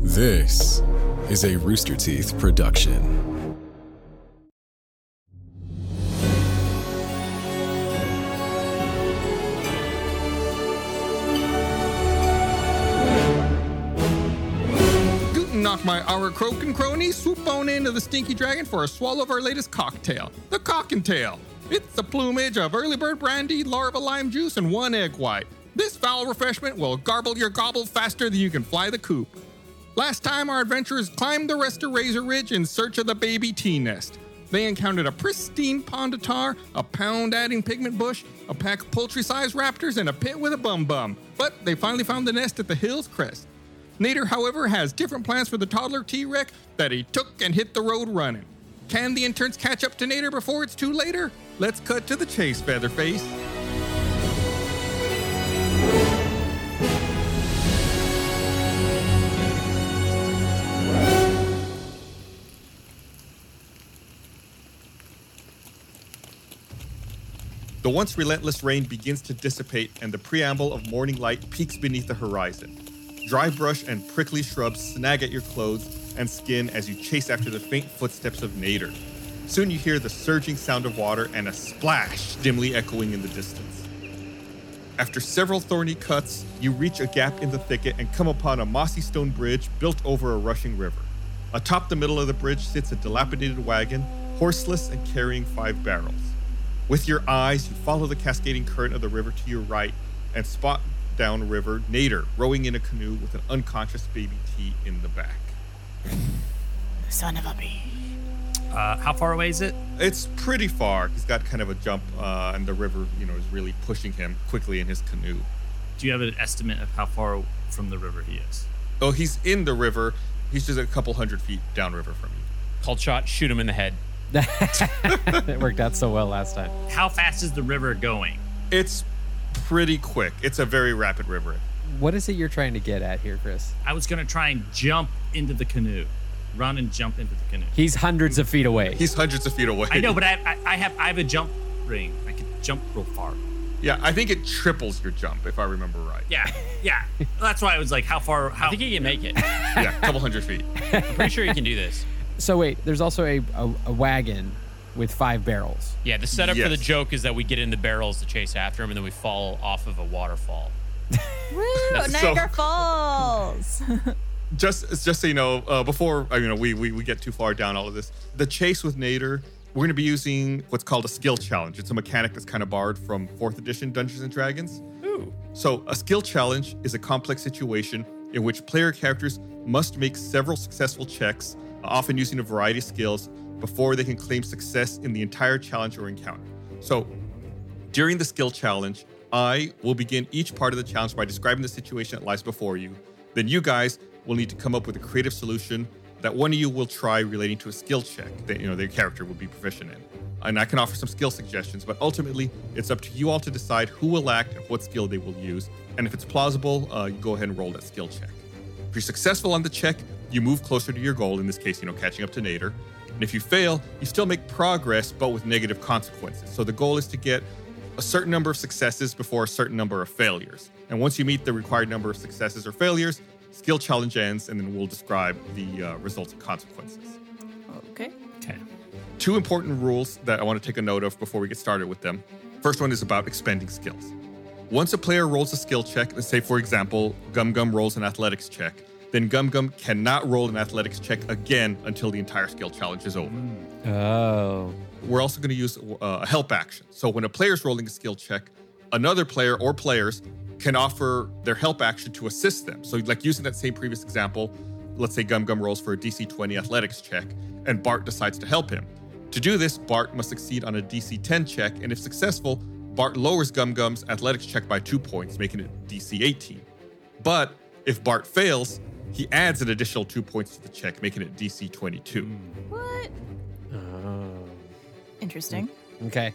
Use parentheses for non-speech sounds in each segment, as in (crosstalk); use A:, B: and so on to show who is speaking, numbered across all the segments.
A: This is a Rooster Teeth production.
B: Guten Nacht, my our croak and crony. Swoop on into the stinky dragon for a swallow of our latest cocktail, the cock and tail. It's the plumage of early bird brandy, larva lime juice, and one egg white. This foul refreshment will garble your gobble faster than you can fly the coop. Last time, our adventurers climbed the Rester Razor Ridge in search of the baby tea nest. They encountered a pristine pond of tar, a pound adding pigment bush, a pack of poultry sized raptors, and a pit with a bum bum. But they finally found the nest at the hill's crest. Nader, however, has different plans for the toddler T Rex that he took and hit the road running. Can the interns catch up to Nader before it's too later? Let's cut to the chase, Featherface. The once relentless rain begins to dissipate, and the preamble of morning light peaks beneath the horizon. Dry brush and prickly shrubs snag at your clothes and skin as you chase after the faint footsteps of Nader. Soon you hear the surging sound of water and a splash dimly echoing in the distance. After several thorny cuts, you reach a gap in the thicket and come upon a mossy stone bridge built over a rushing river. Atop the middle of the bridge sits a dilapidated wagon, horseless and carrying five barrels. With your eyes, you follow the cascading current of the river to your right and spot downriver Nader rowing in a canoe with an unconscious baby T in the back.
C: Son of a bee.
D: Uh, how far away is it?
B: It's pretty far. He's got kind of a jump, uh, and the river, you know, is really pushing him quickly in his canoe.
D: Do you have an estimate of how far from the river he is?
B: Oh, he's in the river. He's just a couple hundred feet downriver from you.
E: Cold shot, shoot him in the head.
F: it worked out so well last time.
D: How fast is the river going?
B: It's pretty quick. It's a very rapid river.
F: What is it you're trying to get at here, Chris?
D: I was gonna try and jump into the canoe, run and jump into the canoe.
F: He's hundreds of feet away.
B: He's hundreds of feet away.
D: I know, but I, I, I have I have a jump ring. I can jump real far.
B: yeah, I think it triples your jump if I remember right.
D: Yeah, yeah. That's why I was like, how far? How?
E: I think he can make it.
B: yeah, a couple hundred feet.
E: I'm pretty sure he can do this.
F: So wait, there's also a, a, a wagon with five barrels.
E: Yeah, the setup for the
B: Yes.
E: joke is that we get in the barrels to chase after him, and then we fall off of a waterfall.
C: Woo!
B: That's so- (laughs)
C: Niagara Falls.
B: just just so you know, uh, before uh, you know we, we we get too far down all of this, the chase with Nader, we're going to be using what's called a skill challenge. It's a mechanic that's kind of borrowed from fourth edition Dungeons and Dragons.
E: Ooh.
B: So a skill challenge is a complex situation in which player characters must make several successful checks, often using a variety of skills, before they can claim success in the entire challenge or encounter. So during the skill challenge, I will begin each part of the challenge by describing the situation that lies before you. Then you guys will need to come up with a creative solution that one of you will try relating to a skill check that you know their character will be proficient in. And I can offer some skill suggestions, but ultimately it's up to you all to decide who will act and what skill they will use. And if it's plausible, uh, you go ahead and roll that skill check. If you're successful on the check, you move closer to your goal, in this case, you know, catching up to Nader. And if you fail, you still make progress, but with negative consequences. So the goal is to get a certain number of successes before a certain number of failures. And once you meet the required number of successes or failures, skill challenge ends, and then we'll describe the uh, results and consequences
C: okay.
D: Okay.
B: two important rules that I want to take a note of before we get started with them. First one is about expending skills. Once a player rolls a skill check, let's say for example, Gum Gum rolls an athletics check, then Gum Gum cannot roll an athletics check again until the entire skill challenge is over
F: Oh.
B: we're also going to use uh, a help action. So when a player's rolling a skill check, another player or players can offer their help action to assist them. So like using that same previous example, let's say Gum Gum rolls for a DC 20 athletics check and Bart decides to help him. To do this, Bart must succeed on a DC 10 check and if successful, Bart lowers Gum Gum's athletics check by 2 points, making it DC 18. But if Bart fails, he adds an additional 2 points to the check, making it DC 22.
C: What?
B: Oh.
C: Interesting.
F: Okay.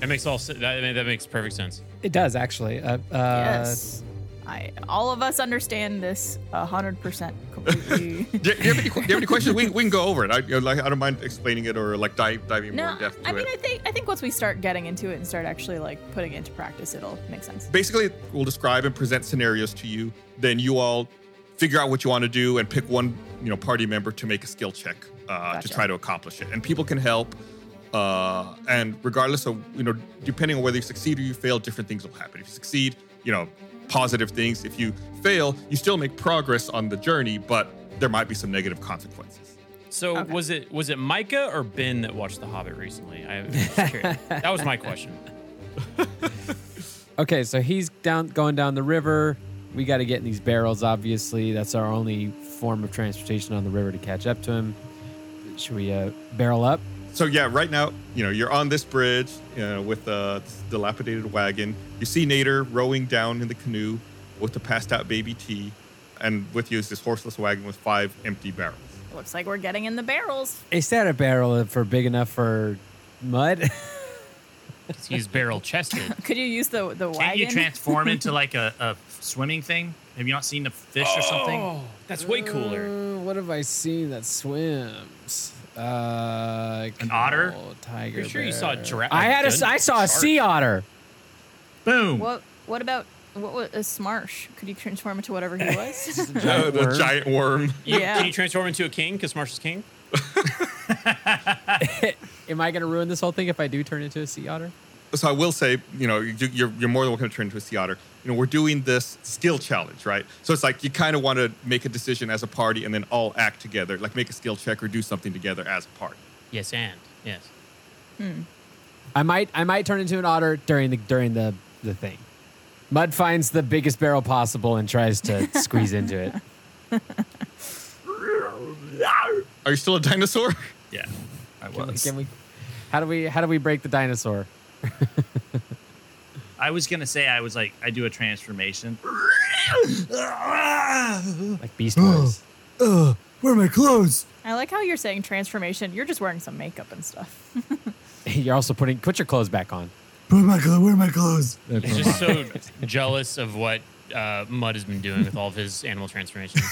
E: That makes all. se- That, I mean, that makes perfect sense.
F: It does actually. Uh, uh,
C: yes. I. All of us understand this hundred percent
B: (laughs)
C: completely.
B: Do you, do you have any, do you have any questions? We, we can go over it. I, you know, like, I don't mind explaining it or like dive, diving more
C: no,
B: in depth to
C: I mean,
B: it.
C: I think I think once we start getting into it and start actually like putting it into practice, it'll make sense.
B: Basically, we'll describe and present scenarios to you. Then you all figure out what you want to do and pick one you know party member to make a skill check uh,
C: Gotcha.
B: to try to accomplish it and people can help uh, and regardless of you know depending on whether you succeed or you fail different things will happen if you succeed you know positive things if you fail you still make progress on the journey but there might be some negative consequences
E: So
C: Okay.
E: was it was it Micah or Ben that watched The Hobbit recently? I, I'm
F: (laughs)
E: just curious. that was my question.
F: Okay, so he's down going down the river. We got to get in these barrels, obviously. That's our only form of transportation on the river to catch up to him. Should we uh, barrel up?
B: so yeah right now you know you're on this bridge you know, with uh, this dilapidated wagon you see nader rowing down in the canoe with the passed out baby t and with you is this horseless wagon with five empty barrels
C: Looks like we're getting in the barrels.
F: Is that a barrel for big enough for mud? (laughs)
E: 'Cause He's barrel chested.
C: Could you use the the
D: Can't
C: wagon?
D: you transform into
F: (laughs)
D: like a, a swimming thing? Have you not seen a fish or something?
E: Oh, that's way cooler.
F: Uh, what have I seen that swims? Uh,
D: An otter?
F: cool, Tiger.
E: Pretty sure you saw a
F: bear.
E: giraffe-
F: I
E: a
F: had a. s-
E: dun-
F: I saw a
E: shark.
F: sea otter.
D: Uh, Boom.
C: What what about what was a Smarsh? Could you transform into whatever
B: (laughs)
C: he was?
B: Uh, the
F: worm.
B: giant worm
E: You-
C: Yeah.
E: Can you transform into a king? Because Marshall's king.
F: Am I gonna ruin this whole thing if I do turn into a sea otter?
B: so I will say, you know, you, you're, you're more than welcome to turn into a sea otter. You know, we're doing this skill challenge, right? So it's like you kind of want to make a decision as a party and then all act together, like make a skill check or do something together as a party.
E: Yes, and yes.
F: I might. I might turn into an otter during the during the the thing. Mud finds the biggest barrel possible and
E: (laughs)
F: tries to squeeze into it.
B: Are you still a dinosaur? (laughs)
D: yeah, I
F: Can we-
D: was.
F: Can we? How do we? How do we break the dinosaur?
D: I was gonna say I was like I do a transformation.
G: Uh,
F: Like Beast
E: (gasps)
F: Boys.
C: I like how you're saying transformation. You're just wearing some makeup and stuff.
F: (laughs) You're also putting. Put your clothes back on.
E: (laughs)
D: Uh,
E: He's just so jealous of what uh, Mud has been doing with all of his animal
D: (laughs)
E: transformations.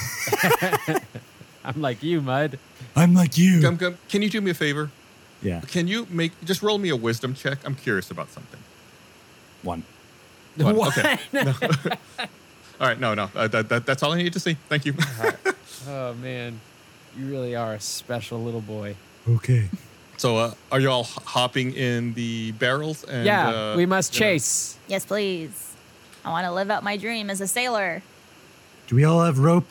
F: I'm like you, Mud.
G: I'm like you.
B: Gum Gum, can you do me a favor?
G: yeah.
B: Can you make just roll me a wisdom check? I'm curious about something.
G: One.
B: One,
F: (laughs)
B: Okay. No. all right. No, no. Uh, that, that, that's all I need to see. Thank you.
F: Oh man, you really are a special little boy.
G: Okay.
B: (laughs) so uh, are you all h- hopping in the barrels? And,
F: yeah,
B: uh,
F: we must
B: you know-
F: chase.
C: Yes, please. I want to live out my dream as a sailor.
G: Do we all have rope?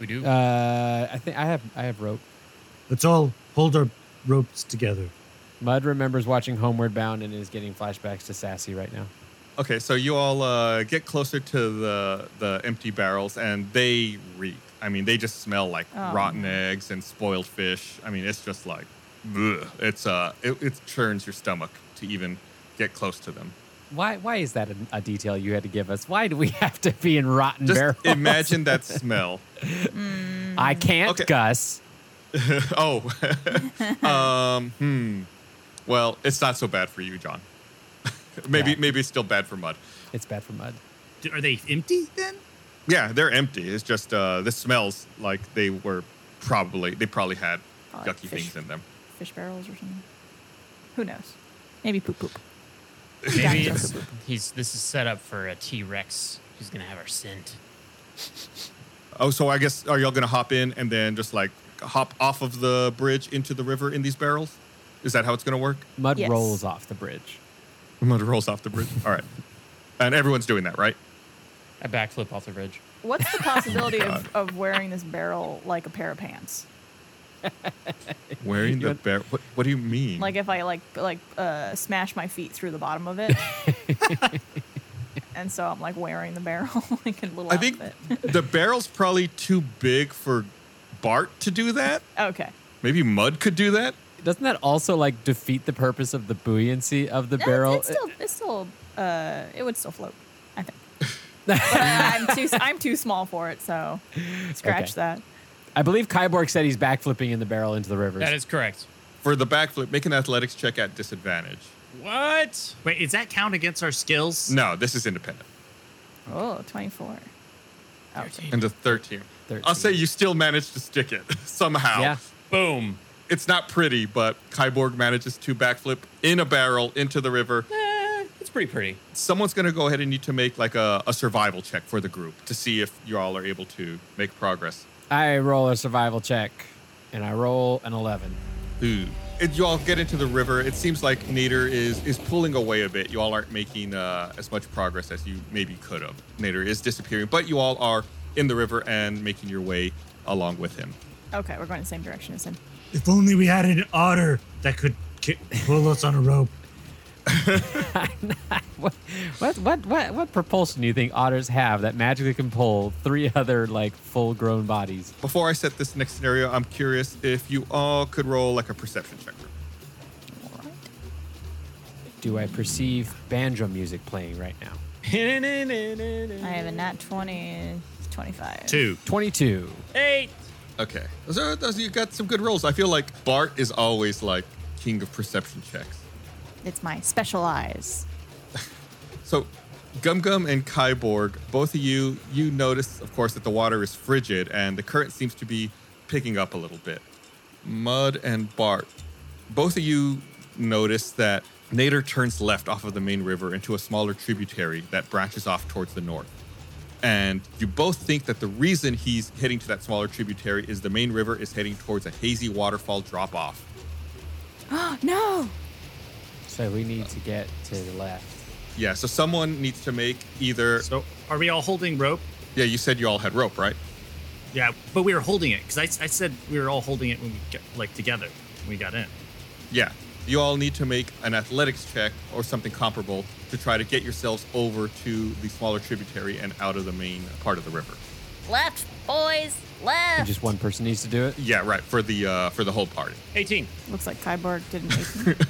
E: We do.
F: Uh, I think I have I have rope.
G: Let's all hold our ropes together.
F: Mud remembers watching Homeward Bound and is getting flashbacks to Sassy right now.
B: Okay, so you all uh, get closer to the the empty barrels, and they reek. I mean, they just smell like
C: Oh.
B: rotten eggs and spoiled fish. I mean, it's just like, bleh. it's uh, it, it churns your stomach to even get close to them.
F: Why why is that a, a detail you had to give us? Why do we (laughs) have to be in rotten
B: Just
F: barrels?
B: imagine that smell.
F: I can't,
B: Okay.
F: Gus.
B: oh, (laughs) um, hmm. Well, it's not so bad for you, John. (laughs) maybe
F: Yeah.
B: maybe it's still bad for Mud.
F: It's bad for Mud.
D: D- Are they empty then?
B: Yeah, they're empty. It's just uh, this smells like they were probably they probably had
C: Oh, like
B: yucky
C: fish.
B: things in them.
C: Fish barrels or something. Who knows? Maybe poop poop.
E: Maybe it's, he's. This is set up for a T Rex. He's gonna have our scent.
B: Oh, so I guess are y'all gonna hop in and then just like hop off of the bridge into the river in these barrels? Is that how it's gonna work?
F: Mud
C: Yes.
F: rolls off the bridge.
B: Mud rolls off the bridge. All right, and everyone's doing that, (laughs) right?
E: I backflip off the bridge.
C: What's
F: (laughs)
C: the possibility of, of wearing this barrel like a pair of pants?
B: Wearing the barrel. What, what do you mean?
C: Like if I like like uh, smash my feet through the bottom of
F: (laughs)
C: it. and so I'm like wearing the barrel (laughs) like a little
B: I think
C: outfit.
B: the barrel's probably too big for Bart to do that.
C: okay.
B: Maybe Mud could do that.
F: Doesn't that also like defeat the purpose of the buoyancy of the
C: No,
F: barrel?
C: It's still, it's still, uh, it would still float. I
F: (laughs)
C: think. but I'm too, I'm too small for it, so scratch
F: Okay.
C: that.
F: I believe Kyborg said he's backflipping in the barrel into the river.
E: That is correct.
B: For the backflip, make an athletics check at disadvantage.
E: What?
D: Wait, does that count against our skills?
B: No, this is independent.
C: Oh, 24. Okay.
B: And a 13.
F: 13.
B: I'll say you still managed to stick it (laughs) somehow.
F: Yeah.
E: Boom.
B: It's not pretty, but Kyborg manages to backflip in a barrel into the river.
E: Eh, it's pretty pretty. (laughs)
B: Someone's going to go ahead and need to make like a, a survival check for the group to see if you all are able to make progress.
F: I roll a survival check, and I roll an 11.
B: Ooh. And you all get into the river. It seems like Nader is is pulling away a bit. You all aren't making uh, as much progress as you maybe could have. Nader is disappearing, but you all are in the river and making your way along with him.
C: Okay, we're going the same direction as him.
G: If only we had an otter that could ki- pull us on a rope.
F: What, what, what, what, what propulsion do you think otters have that magically can pull three (laughs) other like full-grown bodies?
B: Before I set this next scenario, I'm curious if you all could roll like a perception check. for me.
F: Do I perceive banjo music playing right now?
C: I have a nat 20, 25.
D: Two.
F: 22.
E: Eight.
B: Okay, those are those. You got some good rolls. I feel like Bart is always like king of perception checks.
C: It's my special eyes.
B: So, Gum Gum and Kyborg, both of you, you notice, of course, that the water is frigid and the current seems to be picking up a little bit. Mud and Bart, both of you notice that Nader turns left off of the main river into a smaller tributary that branches off towards the north. And you both think that the reason he's heading to that smaller tributary is the main river is heading towards a hazy waterfall drop off.
C: (gasps) no!
F: So we need to get to the left.
B: Yeah, so someone needs to make either.
D: So are we all holding rope?
B: Yeah, you said you all had rope, right?
D: Yeah, but we were holding it because I, I said we were all holding it when we got, like together when we got in.
B: Yeah. You all need to make an athletics check or something comparable to try to get yourselves over to the smaller tributary and out of the main part of the river.
H: Left, boys,
F: And
H: (laughs) left.
F: just one person needs to do it.
B: Yeah, right, for the uh, for the whole party.
E: Eighteen.
C: Looks like Kyborg didn't make me.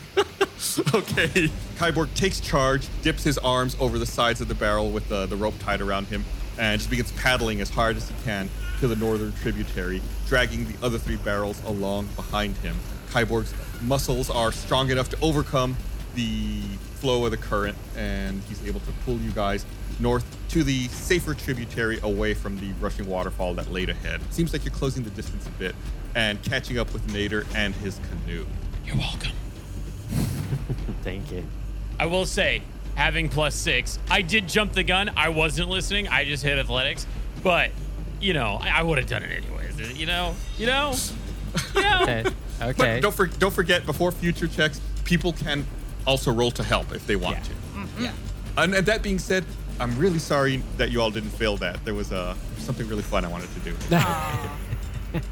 B: okay. Kyborg takes charge, dips his arms over the sides of the barrel with the, the rope tied around him, and just begins paddling as hard as he can to the northern tributary, dragging the other three barrels along behind him. Kyborg's muscles are strong enough to overcome the flow of the current, and he's able to pull you guys north to the safer tributary away from the rushing waterfall that laid ahead. Seems like you're closing the distance a bit and catching up with Nader and his canoe.
E: You're welcome.
F: Thank you.
E: I will say, having plus six, I did jump the gun. I wasn't listening. I just hit athletics, but you know, I, I would have done it anyways. You know, you know, you know.
F: Okay.
B: But
F: Eh, okay.
B: don't, for, don't forget, before future checks, people can also roll to help if they want
F: Yeah. Mm-hmm.
B: to. And, and that being said, I'm really sorry that you all didn't fail that. There was uh, something really fun I wanted to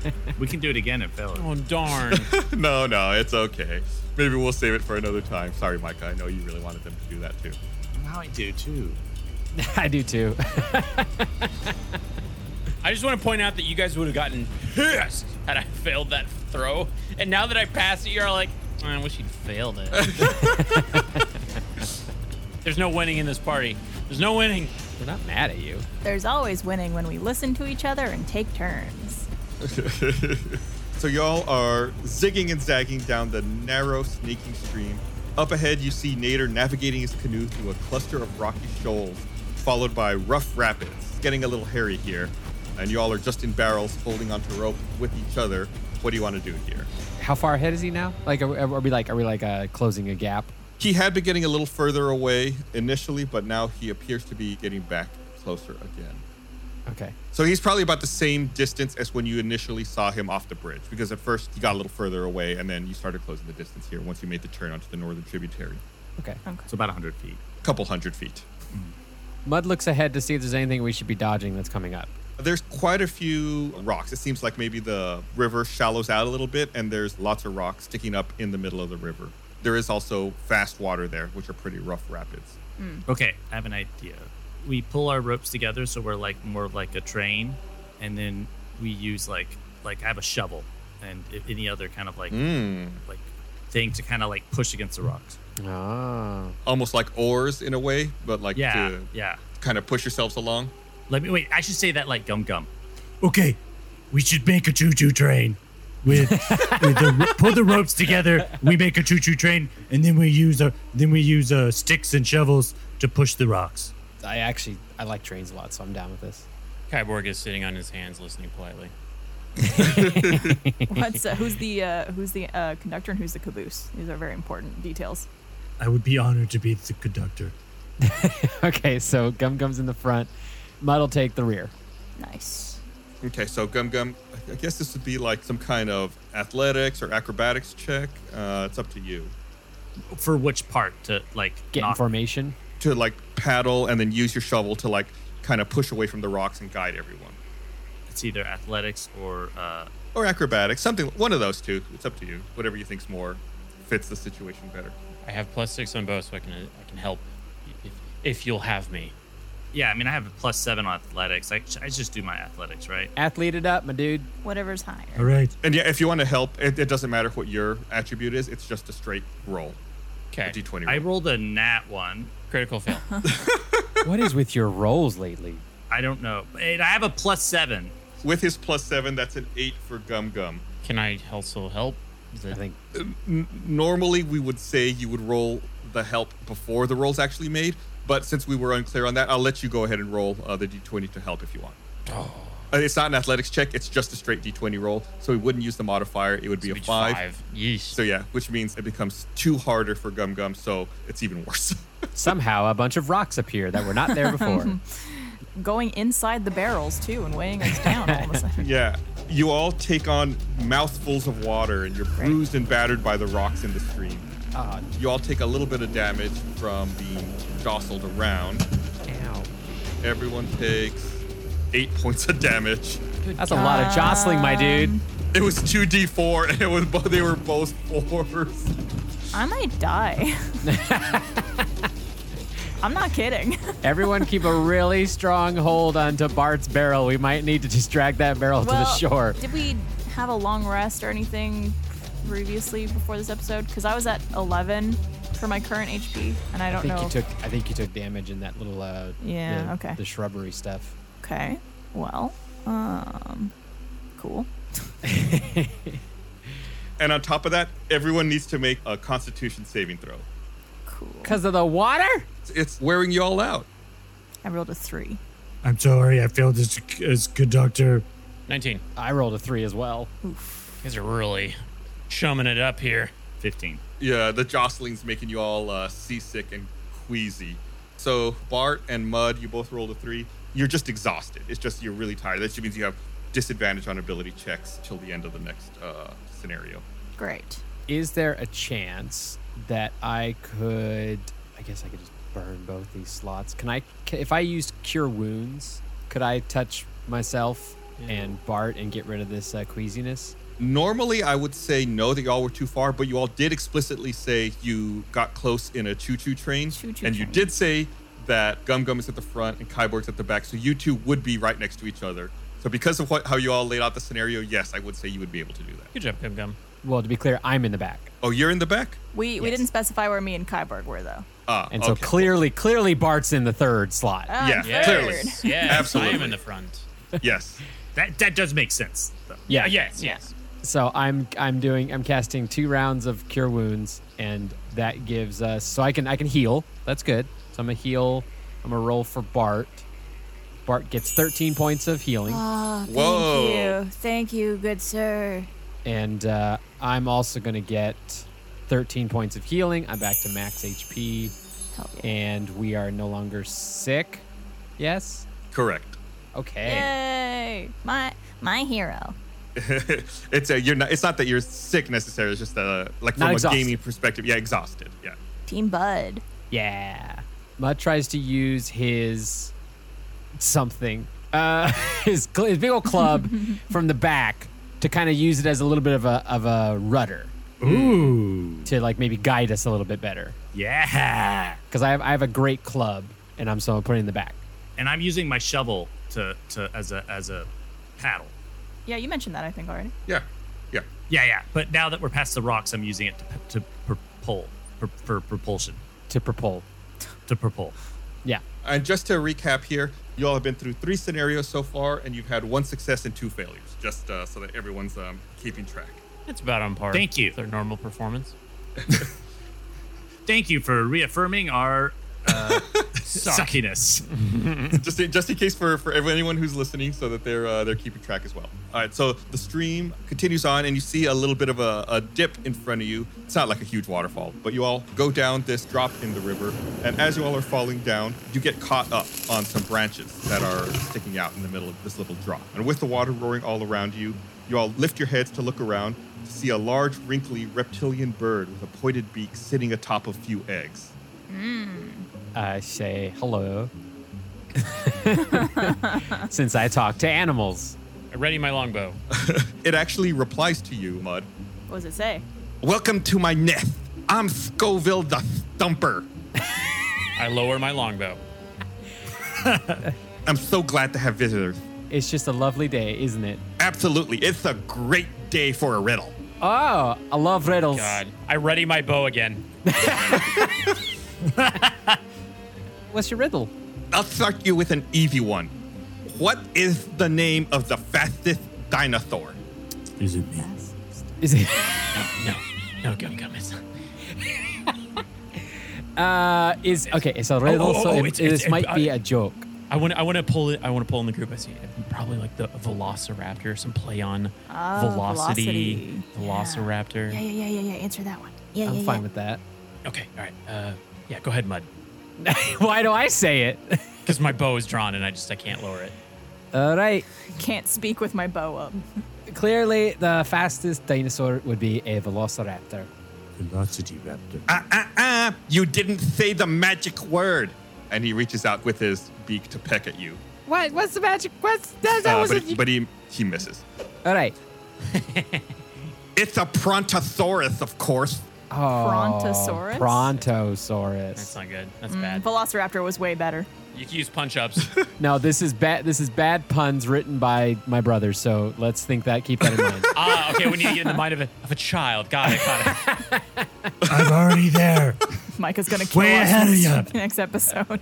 B: do. (laughs)
D: We can do it again if failed.
E: Oh darn!
B: no, no, it's okay. Maybe we'll save it for another time. Sorry, Micah. I know you really wanted them to do that too.
D: Now I do too.
F: (laughs) I do too.
E: I just want to point out that you guys would have gotten pissed had I failed that throw, and now that I passed it, you're all like, "Oh, I wish you'd failed it. There's no winning in this party. There's no winning.
F: We're not mad at you.
C: There's always winning when we listen to each other and take turns.
B: So y'all are zigging and zagging down the narrow, snaking stream. Up ahead, you see Nader navigating his canoe through a cluster of rocky shoals, followed by rough rapids. It's getting a little hairy here, and y'all are just in barrels, holding onto rope with each other. What do you want to do here?
F: How far ahead is he now? Like, are, we- are we like, are we like uh, closing a gap?
B: He had been getting a little further away initially, but now he appears to be getting back closer again.
F: Okay.
B: So he's probably about the same distance as when you initially saw him off the bridge, because at first he got a little further away, and then you started closing the distance here once you made the turn onto the northern tributary.
F: Okay.
D: It's about 100 feet.
B: A couple hundred feet.
F: Mud looks ahead to see if there's anything we should be dodging that's coming up.
B: There's quite a few rocks. It seems like maybe the river shallows out a little bit, and there's lots of rocks sticking up in the middle of the river. There is also fast water there, which are pretty rough rapids.
D: Okay, I have an idea. We pull our ropes together so we're like more like a train, and then we use like like I have a shovel and i- any other kind of like
B: Mm.
D: like thing to kind of like push against the rocks.
F: Oh.
B: Almost like oars in a way, but like
D: Yeah,
B: to
D: yeah.
B: kind of push yourselves along.
D: Let me wait. I should say that like gum gum.
G: Okay, we should make a choo-choo train. With, with the, put the ropes together, we make a choo-choo train, and then we use our then we use uh, sticks and shovels to push the rocks.
F: I actually, I like trains a lot, so I'm down with this.
E: Kyborg is sitting on his hands, listening politely.
C: What's uh, who's the uh, who's the uh, conductor and who's the caboose? These are very important details.
G: I would be honored to be the conductor.
F: (laughs) Okay, so Gum Gum's in the front. Mutt'll take the rear.
C: Nice.
B: Okay, so Gum Gum, I- I guess this would be like some kind of athletics or acrobatics check. Uh, it's up to you
D: For which part to like
F: Get in
D: knock-
F: formation.
B: to like paddle and then use your shovel to like kind of push away from the rocks and guide everyone.
D: It's either athletics or uh,
B: Or acrobatics, something, one of those two. It's up to you. Whatever you think's more fits the situation better.
E: I have plus six on both, so I can I can help if, if you'll have me.
D: yeah. I mean, I have a plus seven on athletics. I, I just do my athletics, right?
F: Athlete it up, my dude.
C: Whatever's higher.
G: All right.
B: And yeah, if you want to help, it, it doesn't matter what your attribute is. It's just a straight roll, a
E: Okay.
B: d20 roll.
D: I rolled a nat one.
E: Critical fail.
F: (laughs)
E: (laughs)
F: What is with your rolls lately?
D: I don't know. And I have a plus seven.
B: With his plus seven, that's an eight for Gum Gum.
E: Can I also help? Is
F: I
E: it-
F: think
B: Normally, we would say you would roll the help before the roll's actually made, but since we were unclear on that, I'll let you go ahead and roll uh, the d20 to help if you want. Uh, It's not an athletics check, it's just a straight d20 roll, so we wouldn't use the modifier. It would be a
E: Speech
B: five.
E: Yeesh.
B: So, yeah, which means it becomes too harder for Gum Gum, so it's even worse. (laughs)
F: somehow a bunch of rocks appear that were not there
C: (laughs)
F: before.
C: Going inside the barrels too and weighing us down all of
B: (laughs)
C: a sudden.
B: yeah. You all take on mouthfuls of water and you're bruised and battered by the rocks in the stream. You all take a little bit of damage from being jostled around.
F: Ow.
B: Everyone takes eight points of damage.
F: That's a lot of jostling, my dude.
B: It was two d4, and it was bo- they were both fours.
C: I might die. I'm not kidding.
F: Everyone keep a really strong hold onto Bart's barrel. We might need to just drag that (laughs) barrel to the shore.
C: Did we have a long rest or anything previously before this episode? Because I was at 11 for my current HP, and I don't
F: I think
C: know.
F: you took I think you took damage in that little uh
C: Yeah,
F: the,
C: okay.
F: the shrubbery stuff.
C: okay. Well, um, cool.
B: And on top of that, everyone needs to make a Constitution saving throw.
C: Cool.
F: Cuz of the water?
B: It's, it's wearing you all out.
C: I rolled a three.
G: I'm sorry. I failed as, as conductor.
E: 19.
F: I rolled a 3 as well.
E: You guys are really chumming it up here.
D: Fifteen.
B: Yeah, the jostling's making you all uh, seasick and queasy. So Bart and Mud, you both rolled a three. You're just exhausted. It's just you're really tired. That just means you have disadvantage on ability checks till the end of the next uh, scenario.
C: Great.
F: Is there a chance that I could I guess I could just burn both these slots. Can I ca- if I used cure wounds, could I touch myself and Bart and get rid of this uh, queasiness?
B: Normally, I would say no that y'all were too far, but you all did explicitly say you got close in a choo-choo train,
C: Choo-choo
B: and you
C: train.
B: did say that Gum Gum is at the front and Kyborg's at the back, so you two would be right next to each other. So because of what, how you all laid out the scenario, yes, I would say you would be able to do that.
E: Good job, Gum Gum.
F: Well, to be clear, I'm in the back.
B: Oh, you're in the back.
C: We we
F: Yes.
C: didn't specify where me and Kyborg were though.
B: Ah,
F: And so
B: okay.
F: clearly, clearly Bart's in the third slot.
C: Ah,
B: Yeah,
C: third.
B: clearly.
C: (laughs)
E: Yes, I am
B: Absolutely.
E: in the front.
B: yes,
F: (laughs)
D: That that does make sense though. Uh,
F: yeah,
E: Yes, yes.
F: So I'm I'm doing I'm casting two rounds of cure wounds, and that gives us so I can I can heal. That's good. So I'm gonna heal. I'm gonna roll for Bart. Bart gets 13 points of healing,
B: Whoa. Oh.
H: Thank you. Thank you, good sir.
F: and uh, I'm also gonna get 13 points of healing. I'm back to max HP,
C: Hell yeah.
F: and we are no longer sick. Yes.
B: correct. (laughs)
F: Okay.
C: Yay! My my hero.
B: it's a you're not. It's not that you're sick necessarily. It's just uh like
F: Not
B: from
F: exhausted.
B: a gaming perspective. Yeah, exhausted. Yeah.
C: Team Bud.
F: Yeah. Mud tries to use his something, uh, (laughs) his, cl- his big old club from the back to kind of use it as a little bit of a of a rudder
G: Ooh.
F: to like maybe guide us a little bit better.
D: Yeah.
F: Because I have I have a great club and I'm so I'm putting it in the back.
D: And I'm using my shovel to to as a as a paddle.
C: Yeah, you mentioned that I think already.
B: Yeah. Yeah.
D: Yeah, yeah. But now that we're past the rocks, I'm using it to to propel for, for propulsion
F: To propel.
D: to propel.
F: Yeah.
B: And just to recap here, you all have been through three scenarios so far, and you've had one success and two failures, just uh, so that everyone's um, keeping track.
E: That's about on par.
D: Thank you.
E: with Their normal performance.
D: Thank you for reaffirming our uh, suckiness.
B: just in, just in case for for everyone- anyone who's listening, so that they're uh, they're keeping track as well. All right, so the stream continues on, and you see a little bit of a, a dip in front of you. It's not like a huge waterfall, but you all go down this drop in the river, and as you all are falling down, you get caught up on some branches that are sticking out in the middle of this little drop. And with the water roaring all around you, you all lift your heads to look around to see a large, wrinkly reptilian bird with a pointed beak sitting atop a few eggs.
F: I say hello. Since I talk to animals.
E: I ready my longbow.
B: It actually replies to you, Mud.
C: What does it say?
B: Welcome to my nest. I'm Scoville the Thumper.
E: I lower my longbow.
B: I'm so glad to have visitors.
F: It's just a lovely day, isn't it?
B: Absolutely. It's a great day for a riddle.
F: Oh, I love riddles.
E: God, I ready my bow again.
F: What's your riddle?
B: I'll start you with an easy one. What is the name of the fastest dinosaur?
G: Is it me?
F: Is it?
E: No, no, go, go, miss.
F: (laughs) Uh, is okay. It's a riddle,
E: oh,
F: so
E: oh,
F: it,
E: it's-
F: this
E: it's-
F: might
E: I-
F: be a joke.
E: I want, I want to pull it. I want to pull in the group. I see it. probably like the Velociraptor, some play on velocity,
C: Ah, velocity.
E: Velociraptor.
H: Yeah, yeah, yeah, yeah, yeah. Answer that one. Yeah,
F: I'm
H: yeah,
F: fine
H: yeah.
F: with that. (laughs)
E: Okay, all right. Uh, yeah, go ahead, Mud.
F: Why do I say it? (laughs)
E: Because my bow is drawn and I just I can't lower it.
F: All right.
C: Can't speak with my bow up.
F: Clearly, the fastest dinosaur would be a velociraptor.
G: Velocity Raptor.
B: Ah, ah, ah. You didn't say the magic word. And he reaches out with his beak to peck at you.
F: What? What's the magic? What's that?
B: Uh, but he, but he, he misses.
F: All right.
B: It's a Prontosaurus, of course.
F: Oh,
G: Oh,
C: Brontosaurus?
F: Uh, Brontosaurus.
E: That's not good. That's bad.
C: Velociraptor was way better. (laughs)
E: You can use punch ups.
F: No, this is bad. This is bad puns written by my brother. So let's think that. Keep that
E: (laughs)
F: in mind.
E: ah, okay. We need to get in the mind of a, of a child. Got it. Got it.
G: I'm already there.
C: Micah's gonna kill
G: Way
C: us
G: ahead of ya.
C: (laughs) next, next episode.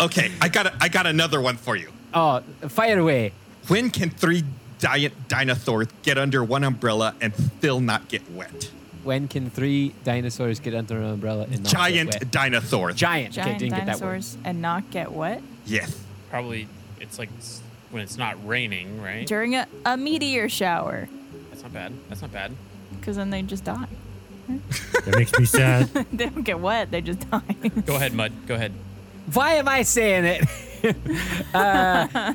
B: Okay, I got, a, I got another one for you.
F: oh, fire away!
B: When can three giant dinosaurs get under one umbrella and still not get wet?
F: When can three dinosaurs get under an umbrella and not
B: Giant
F: Get wet?
B: dinosaurs.
F: Giant. okay,
C: Giant
F: didn't get that word.
C: dinosaurs and not get wet
B: yes.
E: Probably it's like s- when it's not raining, right?
C: during a, a meteor shower,
E: That's not bad. That's not bad.
C: because then they just die.
G: (laughs)
C: (laughs)
G: That makes me sad.
C: they don't get wet; they just die. (laughs)
E: Go ahead, Mud. Go ahead.
F: Why am I saying it? (laughs) Uh,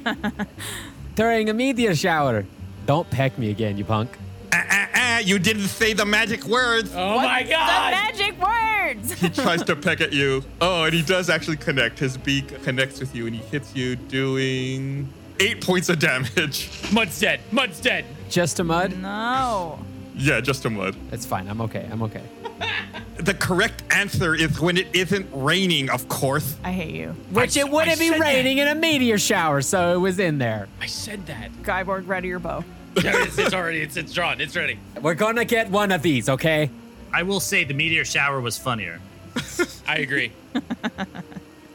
F: during a meteor shower. Don't peck me again, you punk.
B: Ah, ah, ah, you didn't say the magic words.
E: Oh my God!
C: Magic words. (laughs)
B: He tries to peck at you. Oh, and he does actually connect. His beak connects with you and he hits you, doing eight points of damage. (laughs)
E: Mud's dead. Mud's dead.
F: Just a mud.
C: no.
B: Yeah, just a mud.
F: That's fine. I'm okay. I'm okay.
B: The correct answer is when it isn't raining, of course.
C: I hate you.
F: Which
E: I
F: it
E: s-
F: wouldn't
E: I
F: be
E: said that.
F: raining in a meteor shower, so it was in there.
E: I said that.
C: Cyborg, ready your bow.
E: There it is. It's already. It's, it's drawn. It's ready.
F: We're gonna get one of these, okay?
D: I will say the meteor shower was funnier.
E: I agree.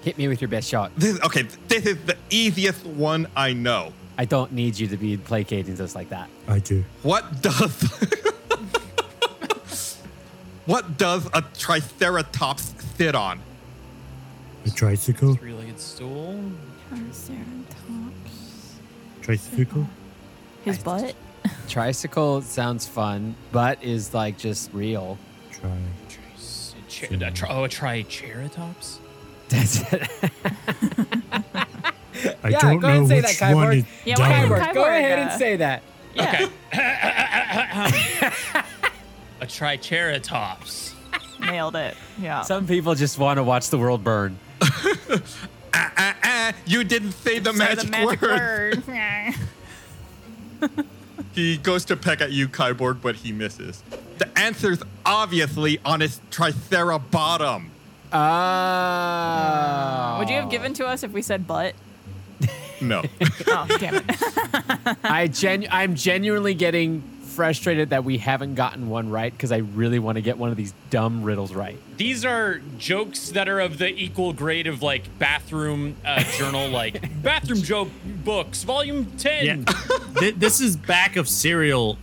F: Hit me with your best shot.
B: This, okay, this is the easiest one I know.
F: I don't need you to be placating us like that.
G: I do.
B: What does (laughs) What does a triceratops sit on?
G: A tricycle?
E: Three-legged stool.
G: Tricycle?
C: His butt.
F: Tricycle sounds fun, but is like just real. (laughs)
G: Try.
E: Trice- Cher- a tri- oh, a triceratops.
F: That's it.
G: I
F: Yeah,
G: don't
F: go
G: know
F: ahead and say
G: which
F: that,
G: one
F: Kyborg.
G: is
C: Yeah, why
G: down.
C: Kyborg?
F: Kyborg, go
C: Kyborg,
F: ahead and
C: uh,
F: say that.
C: Yeah.
E: A triceratops.
C: Nailed it. Yeah.
F: Some people just want to watch the world burn.
B: Ah, ah, you didn't say the,
C: Say
B: magic,
C: the magic
B: word.
C: word. (laughs)
B: He goes to peck at you, Kyborg, but he misses. The answer's obviously on his tricerabottom.
F: Oh.
C: Would you have given to us if we said butt? (laughs)
B: No. (laughs)
C: Oh, damn it.
F: I genu- I'm genuinely getting frustrated that we haven't gotten one right because I really want to get one of these dumb riddles right.
E: These are jokes that are of the equal grade of like bathroom uh, journal, (laughs) like bathroom joke books, volume ten.
D: (laughs) Yeah. Th- this is back of cereal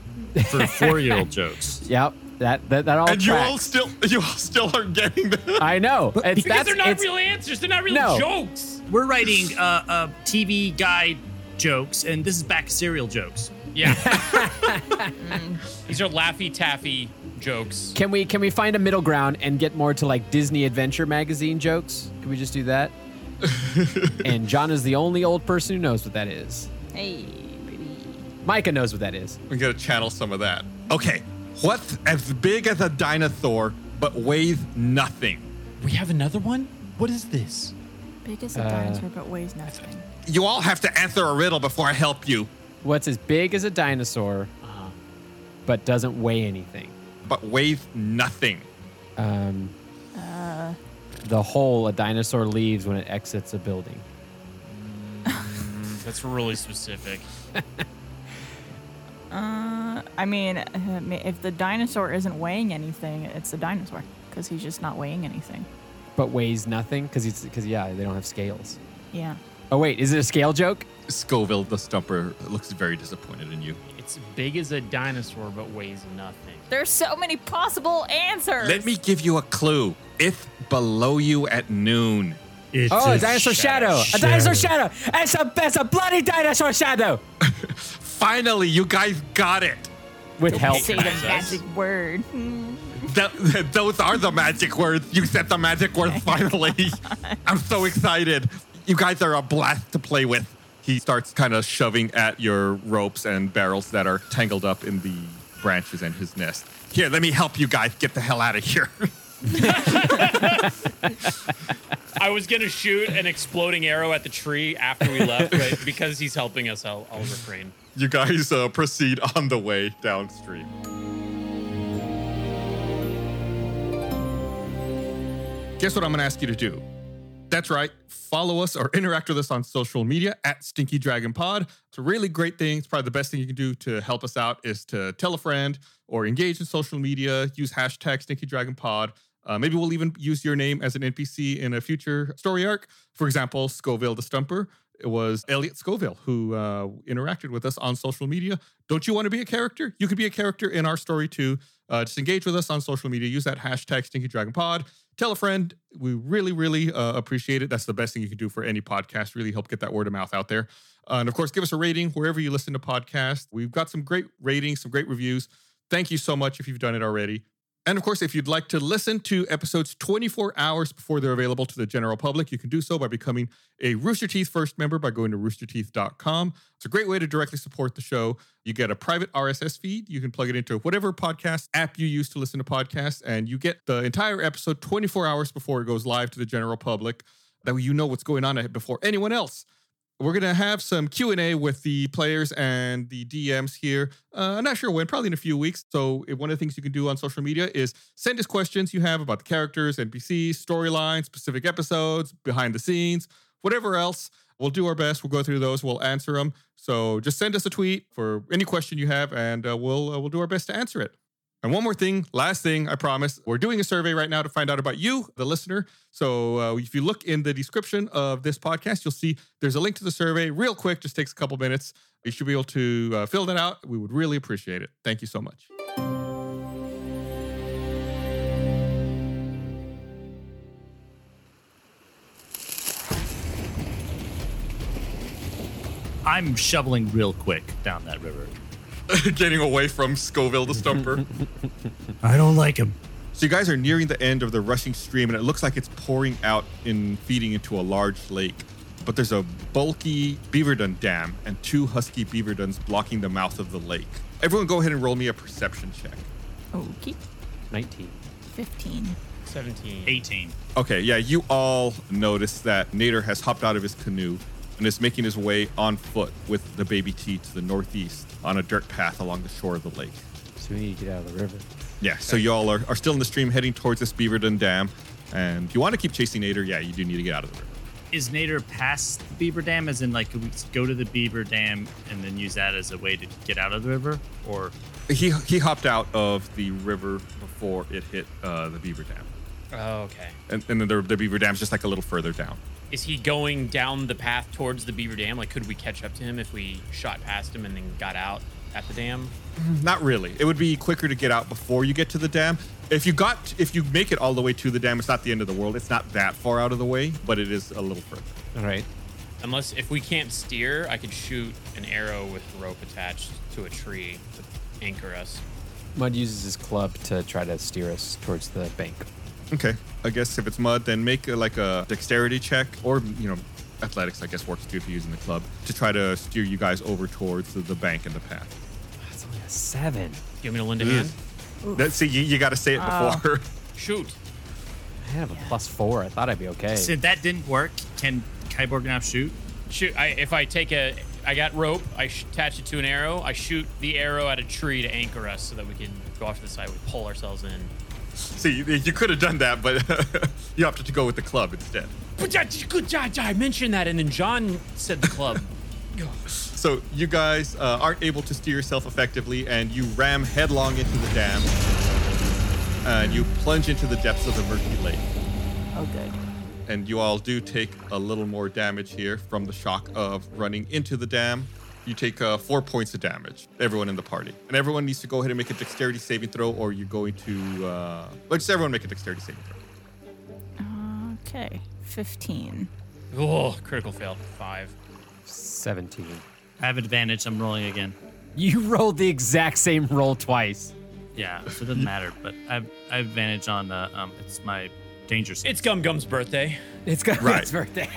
D: for four year old jokes.
F: Yep. That that, that all.
B: and you all
F: tracks.
B: still you all still aren't getting the (laughs)
F: I know. It's,
E: Because
F: that's,
E: they're not
F: it's-
E: real answers. They're not real
F: No.
E: jokes.
D: We're writing uh, uh, TV guide jokes, and this is back serial jokes.
F: (laughs)
E: Yeah.
F: Mm.
E: These are laffy taffy jokes.
F: Can we can we find a middle ground and get more to like Disney Adventure magazine jokes? Can we just do that? and John is the only old person who knows what that is.
C: (laughs) Hey, baby.
F: Micah knows what that is.
B: We gotta channel some of that. Okay. What's as big as a dinosaur but weighs nothing?
E: We have another one? What is this?
C: Big as a dinosaur, but weighs nothing.
B: You all have to answer a riddle before I help you.
F: What's as big as a dinosaur, uh, but doesn't weigh anything?
B: But weighs nothing.
F: Um, the hole a dinosaur leaves when it exits a building.
E: That's really specific.
C: I mean, uh, ma- if the dinosaur isn't weighing anything, it's a dinosaur because he's just not weighing anything.
F: But weighs nothing because it's because yeah they don't have scales.
C: Yeah.
F: Oh wait, is it a scale joke?
B: Scoville the Stumper looks very disappointed in you.
E: It's big as a dinosaur but weighs nothing.
C: There's so many possible answers.
B: Let me give you a clue. It's below you at noon.
G: It's
F: Oh, a dinosaur shadow. A dinosaur
G: shadow.
F: shadow. It's a it's a bloody dinosaur shadow.
B: Finally, you guys got it.
F: With help.
C: say the
F: (laughs)
C: magic word.
B: Th- those are the magic words. You said the magic words finally. (laughs) I'm so excited. You guys are a blast to play with. He starts kind of shoving at your ropes and barrels that are tangled up in the branches and his nest. Here, let me help you guys get the hell out of here. (laughs)
E: I was gonna shoot an exploding arrow at the tree after we (laughs) left, but because he's helping us, I'll, I'll refrain.
B: you guys uh, proceed on the way downstream. Guess what I'm going to ask you to do? That's right. Follow us or interact with us on social media at Stinky Dragon Pod. It's a really great thing. It's probably the best thing you can do to help us out is to tell a friend or engage in social media. Use hashtag Stinky Dragon Pod. Uh, maybe we'll even use your name as an NPC in a future story arc. For example, Scoville the Stumper. It was Elliot Scoville who uh, interacted with us on social media. Don't you want to be a character? You could be a character in our story too. Uh, just engage with us on social media. Use that hashtag Stinky Dragon Pod tell a friend. We really, really uh, appreciate it. That's the best thing you can do for any podcast. Really help get that word of mouth out there. Uh, and of course, give us a rating wherever you listen to podcasts. We've got some great ratings, some great reviews. Thank you so much if you've done it already. And of course, if you'd like to listen to episodes 24 hours before they're available to the general public, you can do so by becoming a Rooster Teeth First member by going to roosterteeth.com. It's a great way to directly support the show. You get a private RSS feed. You can plug it into whatever podcast app you use to listen to podcasts, and you get the entire episode 24 hours before it goes live to the general public. That way, you know what's going on before anyone else we're gonna have some Q and A with the players and the DMs here. Uh, I'm not sure when, probably in a few weeks. So if one of the things you can do on social media is send us questions you have about the characters, NPCs, storylines, specific episodes, behind the scenes, whatever else. We'll do our best. We'll go through those. We'll answer them. So just send us a tweet for any question you have, and uh, we'll uh, we'll do our best to answer it. And one more thing, last thing, I promise. We're doing a survey right now to find out about you, the listener. So uh, if you look in the description of this podcast, you'll see there's a link to the survey. Real quick, just takes a couple minutes. You should be able to uh, fill that out. We would really appreciate it. Thank you so much.
D: I'm shoveling real quick down that river.
B: (laughs) Getting away from Scoville the Stumper.
G: I don't like him.
B: (laughs) So you guys are nearing the end of the rushing stream, and it looks like it's pouring out and feeding into a large lake. But there's a bulky beaverdun dam and two husky beaverduns blocking the mouth of the lake. Everyone, go ahead and roll me a perception check.
C: Okay.
F: 19.
C: 15.
E: 17.
D: 18.
B: Okay, yeah, you all notice that Nader has hopped out of his canoe and is making his way on foot with the baby T to the northeast on a dirt path along the shore of the lake.
F: So we need to get out of the river.
B: Yeah, so y'all are, are still in the stream heading towards this Beaverton Dam. And if you want to keep chasing Nader, yeah, you do need to get out of the river.
D: Is Nader past the beaver dam? As in, like, could we go to the beaver dam and then use that as a way to get out of the river? Or
B: He, he hopped out of the river before it hit uh, the Beaver Dam.
E: Oh, okay.
B: And, and then the, the Beaver Dam's just like a little further down.
E: Is he going down the path towards the beaver dam? Like, could we catch up to him if we shot past him and then got out? at the dam?
B: Not really. It would be quicker to get out before you get to the dam. If you got, if you make it all the way to the dam, it's not the end of the world. It's not that far out of the way, but it is a little further.
F: All right.
E: Unless if we can't steer, I could shoot an arrow with rope attached to a tree to anchor us.
F: Mud uses his club to try to steer us towards the bank.
B: Okay. I guess if it's mud, then make uh, like a dexterity check or, you know, athletics, I guess, works too if you using the club to try to steer you guys over towards the, the bank and the path.
F: That's only a seven.
E: You want me to lend a hand?
B: That, see, you, you got to say it before. (laughs)
E: Shoot.
F: I have a plus four. I thought I'd be okay.
D: Since that didn't work, can Kyborg now shoot?
E: Shoot. I, if I take a, I got rope. I sh- attach it to an arrow. I shoot the arrow at a tree to anchor us so that we can go off to the side. We pull ourselves in.
B: see, you, you could have done that, but (laughs) you opted to go with the club instead.
E: But that- good job. I mentioned that, and then John said the
D: (laughs)
E: club.
B: So you guys uh, aren't able to steer yourself effectively, and you ram headlong into the dam, and you plunge into the depths of the murky lake.
C: Oh, good.
B: And you all do take a little more damage here from the shock of running into the dam. You take uh, four points of damage, everyone in the party. And everyone needs to go ahead and make a dexterity saving throw, or you're going to. Uh, well, just everyone make a dexterity saving throw.
C: Okay. 15.
E: oh, critical fail. Five.
F: Seventeen.
D: I have advantage. I'm rolling again.
F: You rolled the exact same roll twice.
D: Yeah, so it doesn't matter. But I have, I have advantage on uh, um, it's my danger. save.
E: It's Gum Gum's birthday.
F: It's got
B: Right.
F: its birthday.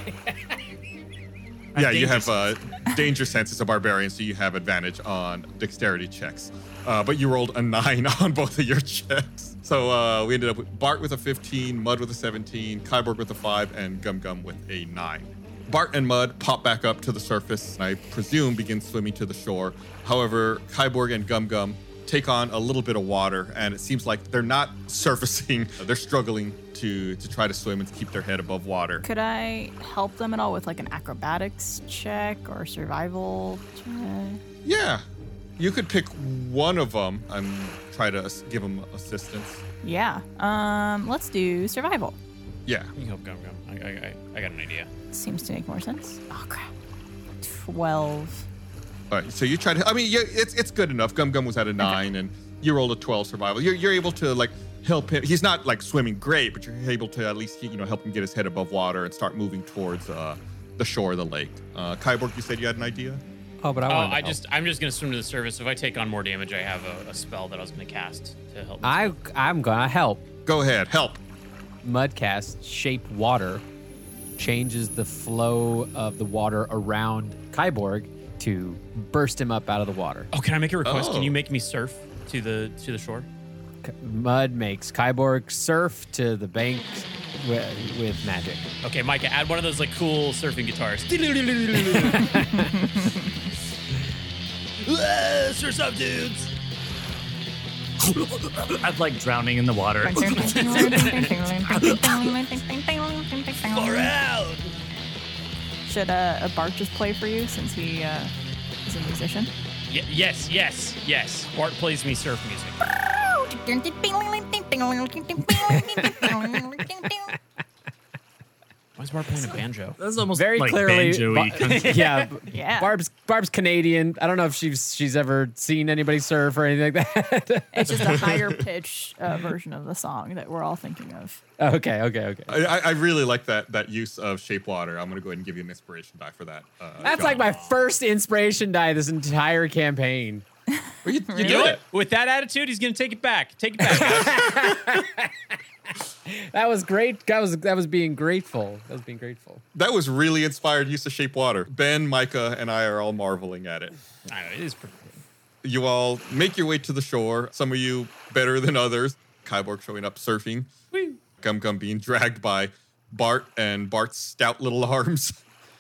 D: I
B: yeah, you
D: think
B: have uh, danger sense as a barbarian, so you have advantage on dexterity checks. Uh, but you rolled a (laughs) nine on both of your checks. So uh, we ended up with Bart with a 15, Mud with a 17, Kyborg with a 5, and Gum Gum with a 9. Bart and Mud pop back up to the surface, and I presume begin swimming to the shore. However, Kyborg and Gum Gum take on a little bit of water, and it seems like they're not (laughs) surfacing. They're struggling to, to try to swim and keep their head above water.
C: Could I help them at all with like an acrobatics check or survival check?
B: Yeah, you could pick one of them and try to ass- give them assistance.
C: Yeah. Um, let's do survival.
B: Yeah,
E: You can help Gum Gum. I, I, I, I got an idea.
C: Seems to make more sense. Oh crap. 12.
B: all right. So you try to. I mean, yeah, it's it's good enough. Gum Gum was at a nine, and you rolled a twelve survival. You're you're able to like help him. He's not like swimming great, but you're able to at least you know help him get his head above water and start moving towards uh, the shore of the lake. Uh, Kyborg, you said you had an idea.
F: Oh, but I
E: Oh,
F: want.
E: I just I'm just gonna swim to the surface. If I take on more damage, I have a, a spell that I was gonna cast to help.
F: I I'm gonna help.
B: Go ahead, help.
F: Mudcast shape water changes the flow of the water around Kyborg to burst him up out of the water.
E: oh, can I make a request?
B: Oh.
E: Can you make me surf to the to the shore?
F: K- Mud makes Kyborg surf to the bank with, with magic.
E: Okay, Micah, add one of those like cool surfing guitars. (laughs) Ah, Surf's up, dudes.
D: I'm like drowning in the water.
E: Out.
C: Should uh, a Bart just play for you since he uh, is a musician?
E: Y- yes, yes, yes. Bart plays me surf music. Why is Bart playing a banjo?
D: That's almost
F: Very clearly,
D: banjo-y kind
F: (laughs)
D: of- (laughs)
F: Ba- yeah,
C: Yeah.
F: Barb's Barb's Canadian. I don't know if she's she's ever seen anybody surf or anything like that. (laughs)
C: It's just a higher pitch uh, version of the song that we're all thinking of.
F: okay, okay, okay.
B: I, I- I really like that that use of shape water. I'm gonna go ahead and give you an inspiration die for that. Uh,
F: That's
B: John.
F: like my first inspiration die this entire campaign.
B: Well, you, you
E: You
B: did
E: know
B: it.
E: what? With that attitude, he's gonna take it back. Take
B: (laughs)
E: it back. guys.
F: That was great. That was that was being grateful. That was being grateful.
B: That was really inspired use of shape water. Ben, Micah, and I are all marveling at it.
E: I don't know, it is pretty cool.
B: You all make your way to the shore. Some of you better than others. Kyborg showing up surfing. Gum Gum being dragged by Bart and Bart's stout little (laughs) arms.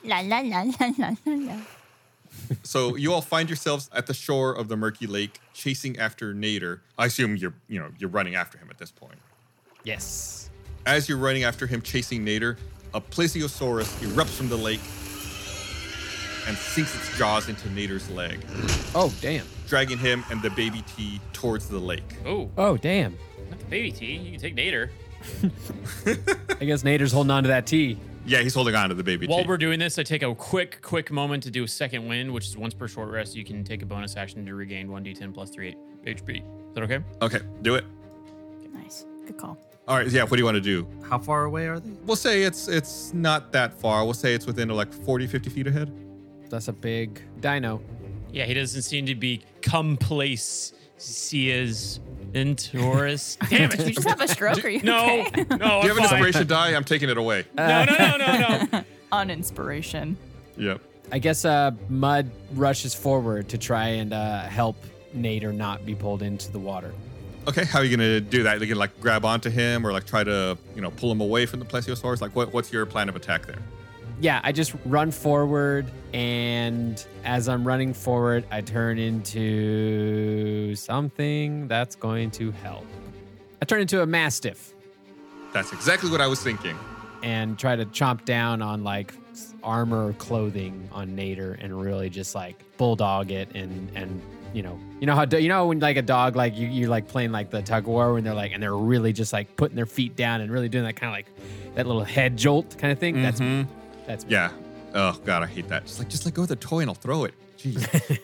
H: La la la la la la la.
B: so you all find yourselves at the shore of the murky lake, chasing after Nader. I assume you're, you know, you're running after him at this point.
F: Yes.
B: As you're running after him, chasing Nader, a plesiosaurus erupts from the lake and sinks its jaws into Nader's leg.
F: Oh damn.
B: dragging him and the baby T towards the lake.
E: Oh,
F: Oh damn.
E: not the baby T. You can take Nader.
F: I guess Nader's holding on to that T.
B: Yeah, he's holding on to the baby.
E: While
B: T.
E: we're doing this, I take a quick, quick moment to do a second wind, which is once per short rest. You can take a bonus action to regain 1d10 plus 3 HP. Is that okay?
B: okay, do it.
C: Nice. Good call.
B: All right, yeah. What do you want to do?
D: How far away are they?
B: We'll say it's it's not that far. We'll say it's within like 40, 50 feet ahead.
F: That's a big dino.
E: Yeah, he doesn't seem to be (laughs) complacent or as. Damn
C: Did you
E: it!
C: just have a stroke? Are you
E: (laughs) No,
C: (laughs) okay?
E: no,
B: Do you
E: I'm
B: have an
E: fine.
B: inspiration die? I'm taking it away.
E: No, no, no, no, no.
C: Uninspiration.
B: Yep.
F: I guess uh, Mud rushes forward to try and uh, help Nader not be pulled into the water.
B: Okay, how are you gonna do that? You gonna like grab onto him or like try to you know pull him away from the plesiosaurus? Like what what's your plan of attack there?
F: Yeah, I just run forward, and as I'm running forward, I turn into something that's going to help. I turn into a mastiff
B: That's exactly what I was thinking.
F: and try to chomp down on like armor or clothing on Nader and really just like bulldog it and and you know you know how do- you know when like a dog like you you're like playing like the tug of war when they're like and they're really just like putting their feet down and really doing that kind of like that little head jolt kind of thing. That's me. That's me.
B: Yeah. Oh god, I hate that. Just like just let go of the toy and I'll throw it. Jeez.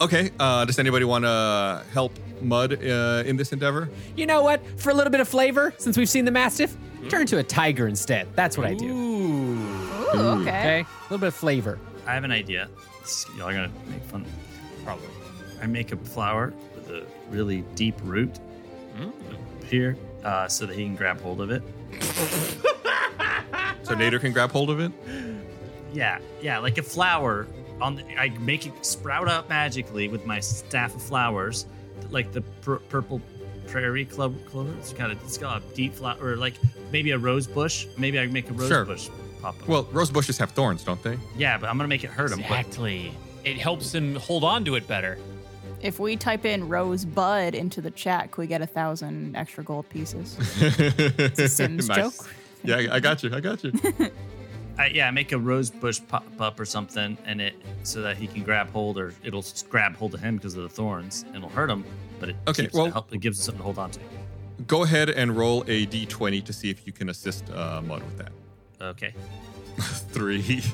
B: okay. Uh, does anybody want to help Mud uh, in this endeavor?
F: You know what? For a little bit of flavor, since we've seen the Mastiff, turn into a tiger instead. That's what I do.
C: Ooh, okay.
F: Okay? A little bit of flavor.
D: I have an idea. This- Y'all are gonna make fun, probably. I make a flower with a really deep root
B: Mm.
D: here, uh, so that he can grab hold of it.
B: So Nader can grab hold of it.
D: Yeah, yeah, like a flower. On the, I make it sprout up magically with my staff of flowers, like the pur- purple prairie club clover. It's got a, it's got a deep flower, or like maybe a rose bush. Maybe I make a rose
B: Sure.
D: bush pop up.
B: Well, rose bushes have thorns, don't they?
D: yeah, but I'm gonna make it hurt him.
E: (laughs)
D: but-
E: Exactly. It helps him hold on to it better.
C: If we type in Rosebud into the chat, could we get a thousand extra gold pieces?
B: it's (laughs)
C: a Sims joke.
B: Yeah, I- I got you. I got you.
D: I, yeah, I make a rose bush pop up or something, and it so that he can grab hold, or it'll s- grab hold of him because of the thorns, and it'll hurt him. But it
B: Okay,
D: keeps,
B: well-
D: it, help, it gives him something to hold on to.
B: Go ahead and roll a d20 to see if you can assist uh, Mud with that.
D: Okay,
B: Three. (laughs)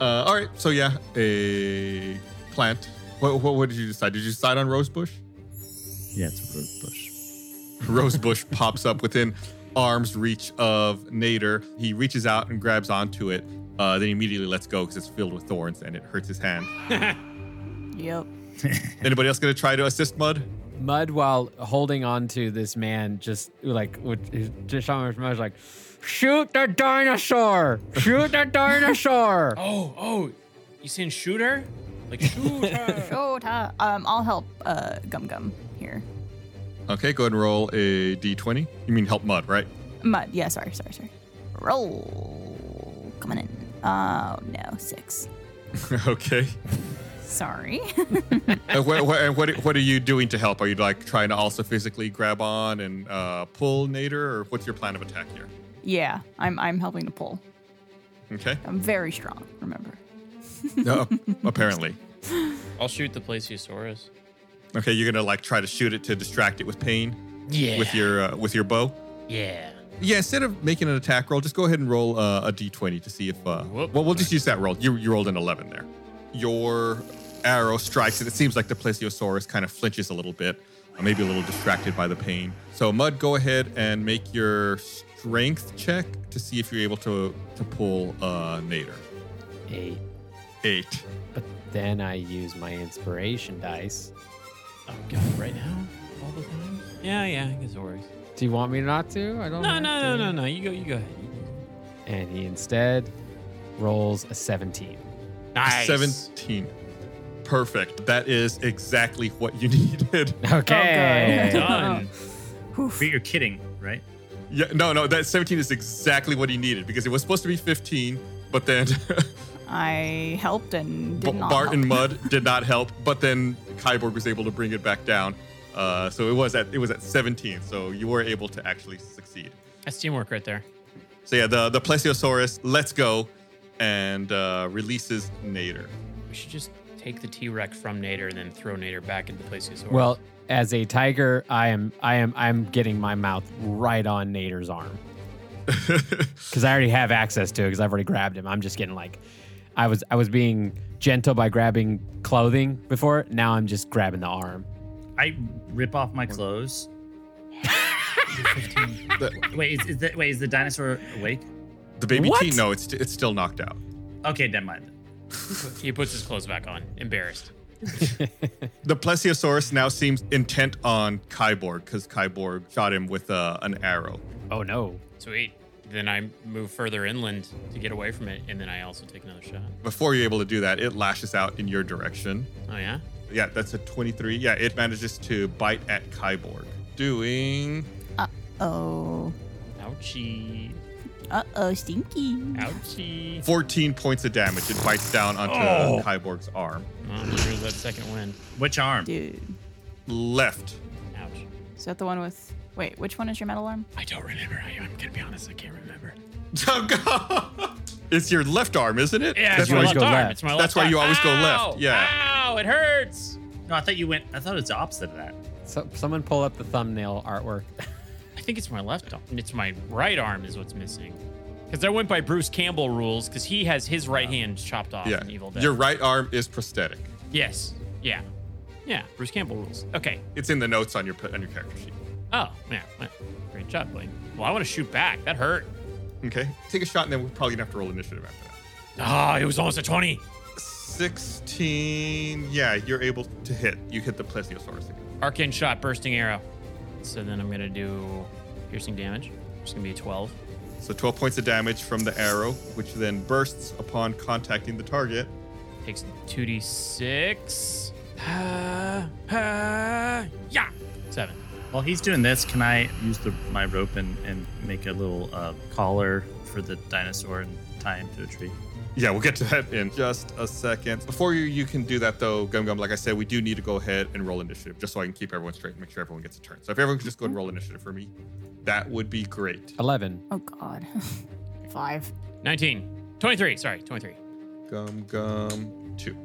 B: Uh, all right. So yeah, a plant. What, what, what did you decide? Did you decide on rosebush?
D: yeah, it's a rose
B: (laughs)
D: bush.
B: Rosebush pops up within arm's reach of Nader. He reaches out and grabs onto it. Uh, then he immediately lets go because it's filled with thorns and it hurts his hand.
C: (laughs) yep.
B: Anybody else gonna try to assist Mud?
F: Mud, while holding on to this man, just like, with- just on his mouth, like, shoot the dinosaur! Shoot the dinosaur!
E: (laughs) Oh, oh, you saying shoot her? Like shoot her.
C: Oh, ta- um, I'll help uh, Gum Gum here.
B: Okay, go ahead and roll a d20. You mean help Mud, right? (laughs)
C: Mud. Yeah, sorry, sorry, sorry. Roll. Coming in. Oh, no. Six.
B: okay.
C: Sorry. (laughs)
B: and what, what, and what, what are you doing to help? Are you like trying to also physically grab on and uh, pull Nader, or what's your plan of attack here?
C: yeah, I'm, I'm helping to pull.
B: Okay,
C: I'm very strong, remember.
B: no, apparently.
E: (laughs) I'll shoot the plesiosaurus.
B: Okay, you're gonna like try to shoot it to distract it with pain
E: Yeah.
B: with your uh, with your bow.
E: yeah.
B: Yeah, instead of making an attack roll, just go ahead and roll uh, a d20 to see if. Uh,
E: Whoop.
B: well, we'll just use that roll. You, you rolled an 11 there. Your arrow strikes, and it seems like the plesiosaurus kind of flinches a little bit, uh, maybe a little distracted by the pain. So, Mud, go ahead and make your strength check to see if you're able to, to pull uh, Nader.
F: Eight.
B: Eight.
F: But then I use my inspiration dice.
E: Oh god, right now, all the time. Yeah, yeah, I guess it works.
F: Do you want me not to? I don't
E: No, no,
F: have
E: no,
F: to.
E: no, no. You go, you go ahead.
F: And he instead rolls a (laughs) 17.
E: Nice.
B: 17. Perfect. That is exactly what you (laughs) needed.
E: Oh,
F: Okay.
E: Done.
D: But you're kidding, right?
B: Yeah, no, no, that 17 is exactly what he needed because it was supposed to be 15, but then. (laughs)
C: I helped and
B: B-
C: did not
B: Bart
C: help.
B: and Mud did not help, but then Kyborg was able to bring it back down. Uh, so it was at it was at 17. So you were able to actually succeed.
E: That's teamwork right there.
B: So yeah, the the Plesiosaurus lets go and uh, releases Nader.
E: We should just take the T Rex from Nader and then throw Nader back into the plesiosaurus.
F: Well,
E: (laughs)
F: as a tiger, I am I am I'm getting my mouth right on Nader's arm. because I already have access to it because I've already grabbed him. I'm just getting like, I was I was being gentle by grabbing clothing before. Now I'm just grabbing the arm.
D: I rip off my clothes. wait, is, is that, wait, is the dinosaur awake?
B: The baby
F: What?
B: T? No, it's it's still knocked out.
D: Okay, never mind.
E: He puts his clothes back on, embarrassed.
B: The plesiosaurus now seems intent on Kyborg because Kyborg shot him with uh, an arrow.
F: Oh no!
E: Sweet. Then I move further inland to get away from it, and then I also take another shot.
B: Before you're able to do that, it lashes out in your direction.
E: Oh yeah.
B: Yeah, that's a 23. Yeah, it manages to bite at Kyborg. Doing
H: Oh.
E: Ouchie.
H: Uh oh, stinky.
E: Ouchie.
B: 14 points of damage. It bites down onto Kyborg's arm.
E: Oh, there's that second wind.
D: Which arm?
C: Dude.
B: Left.
E: Ouch.
C: Is that the one with. Wait, which one is your metal arm?
E: I don't remember. I, I'm gonna be honest. I can't remember.
B: Oh, God. it's your left arm, isn't it?
E: Yeah,
B: that's
E: it's
F: you
E: my
B: why
E: left
F: always go
E: arm.
F: left.
E: It's my left
B: That's why you
E: arm.
B: always go left.
E: Ow!
B: Yeah.
E: Ow! It hurts.
D: No, I thought you went. I thought it's the opposite of that.
F: So, someone pull up the thumbnail artwork.
E: I think it's my left arm. It's my right arm is what's missing. Because I went by Bruce Campbell rules, because he has his right hand chopped off in Evil
B: yeah.
E: Dead.
B: Your right arm is prosthetic.
E: Yes. Yeah. Yeah. Bruce Campbell rules. Okay.
B: It's in the notes on your on your character sheet.
E: Oh, yeah. Well, Great job, Blaine. Well, I want to shoot back. That hurt.
B: Okay. Take a shot, and then we're probably gonna have to roll initiative after that.
E: Ah, it was almost a 20.
B: 16. Yeah, you're able to hit. You hit the plesiosaurus again.
E: Arcane shot, bursting arrow. So then I'm going to do piercing damage. It's going to be a 12.
B: So 12 points of damage from the arrow, which then bursts upon contacting the target.
E: Takes 2d6. Ah, ah, (sighs) yeah. Seven.
D: While he's doing this, can I use the, my rope and, and make a little uh, collar for the dinosaur and tie him to a tree?
B: Yeah, we'll get to that in just a second. Before you, you can do that though, Gum Gum, like I said, we do need to go ahead and roll initiative just so I can keep everyone straight and make sure everyone gets a turn. So if everyone could just go and roll initiative for me, that would be great.
F: Eleven.
C: (laughs)
H: Oh god. Five.
E: 19. 23. Sorry, 23.
B: Gum Gum 2.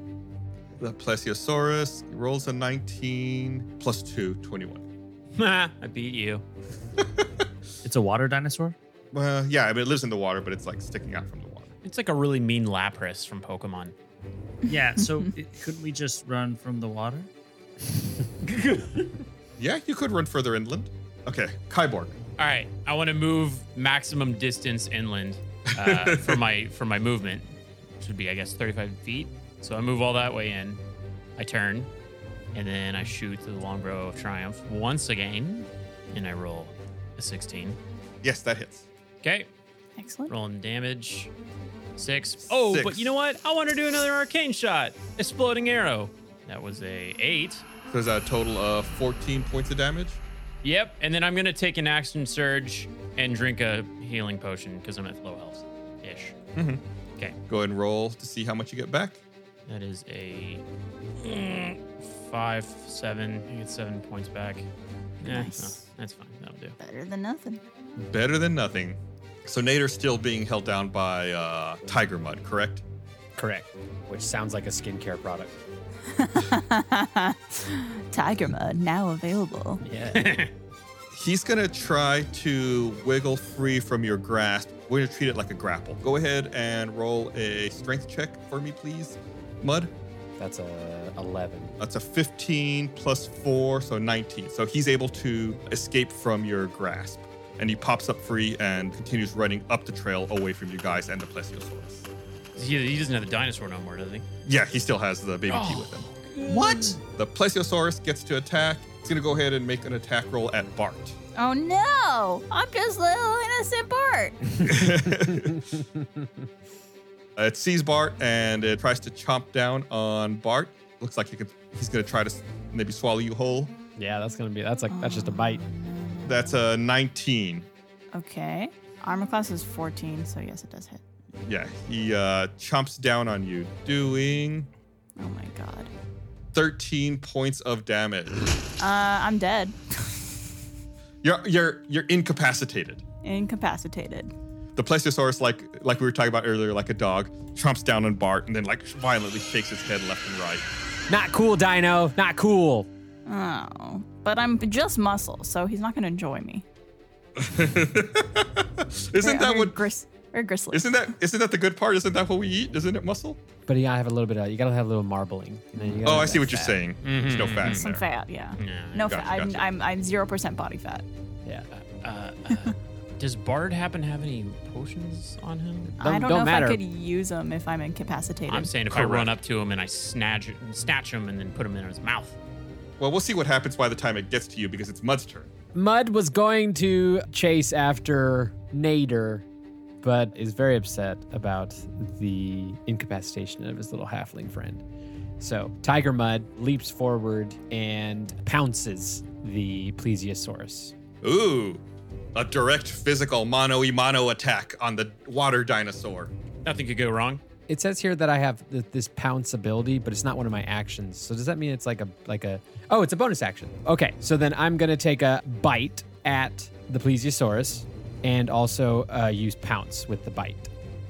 B: The Plesiosaurus rolls a 19 plus 2, 21.
E: (laughs) I beat you.
D: It's a water dinosaur.
B: Well, yeah, I mean, it lives in the water, but it's like sticking out from the water.
E: It's like a really mean Lapras from Pokemon.
D: Yeah. So it, couldn't we just run from the water?
B: Yeah, you could run further inland. Okay, Kyborg.
E: All right, I want to move maximum distance inland uh, for my for my movement, which would be I guess 35 feet. So I move all that way in. I turn, and then I shoot the longbow of triumph once again, and I roll a 16.
B: Yes, that hits.
E: Okay,
C: Excellent.
E: rolling damage. Six. Oh, but
B: Six.
E: you know what? I want to do another arcane shot. Exploding arrow. That was a eight.
B: So there's a total of 14 points of damage.
E: Yep. And then I'm gonna take an action surge and drink a healing potion because I'm at low health ish. Okay.
B: Go ahead and roll to see how much you get back.
E: That is a mm, five, seven. I get seven points back. Yeah,
H: Nice.
E: that's fine. That'll do.
H: Better
C: (laughs)
H: than nothing.
B: Better than nothing. So Nader's still being held down by uh, Tiger Mud, correct?
F: Correct. Which sounds like a skincare product.
H: Tiger mud now available.
F: (laughs)
B: He's gonna try to wiggle free from your grasp. We're gonna treat it like a grapple. Go ahead and roll a strength check for me, please, Mud.
F: That's a eleven.
B: That's a 15 plus 4, so 19. So he's able to escape from your grasp. And he pops up free and continues running up the trail away from you guys and the plesiosaurus.
E: He, he doesn't have the dinosaur no more, does he?
B: Yeah, he still has the baby key with him.
D: What?
B: The plesiosaurus gets to attack. It's going to go ahead and make an attack roll at Bart.
H: Oh no! I'm just little innocent Bart.
B: Uh, It sees Bart and it tries to chomp down on Bart. Looks like he could, he's going to try to s- maybe swallow you whole.
F: Yeah, that's gonna be. That's like that's just a bite.
B: That's a 19.
C: Okay. Armor class is 14, so yes, it does hit.
B: Yeah, he uh, chomps down on you, doing
C: Oh my god.
B: 13 points of damage.
C: Uh, I'm dead. (laughs)
B: You're you're you're incapacitated.
C: Incapacitated.
B: The plesiosaurus, like like we were talking about earlier, like a dog, chomps down on Bart and then like violently shakes his head left and right.
F: Not cool, Dino. Not cool.
C: Oh. But I'm just muscle, so he's not gonna enjoy me.
B: Isn't
C: Or-
B: that
C: or
B: what?
C: gris- or grizzly?
B: Isn't that isn't that the good part? Isn't that what we eat? Isn't it muscle?
F: But you gotta have a little bit of, you gotta have a little marbling. You know, you gotta
B: Oh,
F: have
B: I see
F: that
B: what you're
F: fat.
B: saying. There's no fat. in
C: Some
B: there.
C: fat, yeah.
E: Yeah,
C: No
B: gotcha,
C: fat. I'm,
B: gotcha.
C: I'm I'm zero percent body fat.
F: Yeah.
E: Uh, uh, does Bard happen to have any potions on him?
C: I
F: Don't-
C: don't
F: don't
C: know
F: matter.
C: if I could use them if I'm incapacitated.
E: I'm saying if I run up to him and I snatch snatch him and then put him in his mouth.
B: Well, we'll see what happens by the time it gets to you because it's Mud's turn.
F: Mud was going to chase after Nader, but is very upset about the incapacitation of his little halfling friend. So Tiger Mud leaps forward and pounces the plesiosaurus.
B: Ooh, a direct physical mono e mono attack on the water dinosaur.
E: Nothing could go wrong.
F: It says here that I have th- this pounce ability, but it's not one of my actions. So does that mean it's like a like a oh, it's a bonus action? Okay, so then I'm gonna take a bite at the plesiosaurus, and also uh, use pounce with the bite.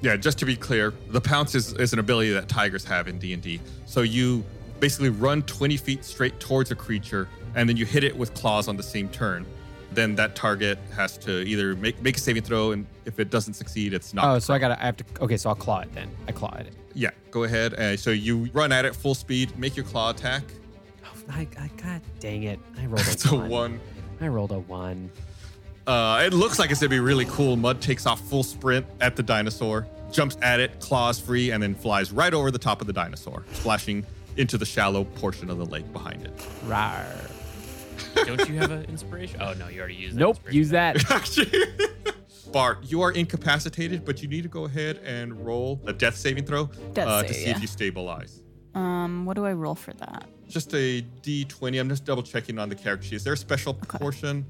B: Yeah, just to be clear, the pounce is, is an ability that tigers have in D and D. So you basically run 20 feet straight towards a creature, and then you hit it with claws on the same turn. Then that target has to either make make a saving throw, and if it doesn't succeed, it's not.
F: Oh, so I gotta I have to okay, so I'll claw it then. I claw it.
B: yeah, go ahead. Uh, so you run at it full speed, make your claw attack.
F: Oh, I, I god dang it. I rolled a
B: It's a
F: one.
B: one.
F: I rolled a one.
B: Uh, it looks like it's gonna be really cool. Mud takes off full sprint at the dinosaur, jumps at it, claws free, and then flies right over the top of the dinosaur, splashing into the shallow portion of the lake behind it.
F: Rawr.
E: Don't you have an inspiration? Oh no, you already used. That
F: Nope,
E: inspiration.
F: use that.
B: (laughs) Bart, you are incapacitated, but you need to go ahead and roll a death saving throw
C: Death
B: uh, to
C: save,
B: see
C: yeah.
B: if you stabilize.
C: Um, what do I roll for that?
B: Just a D20. I'm just double checking on the character sheet. Is there a special portion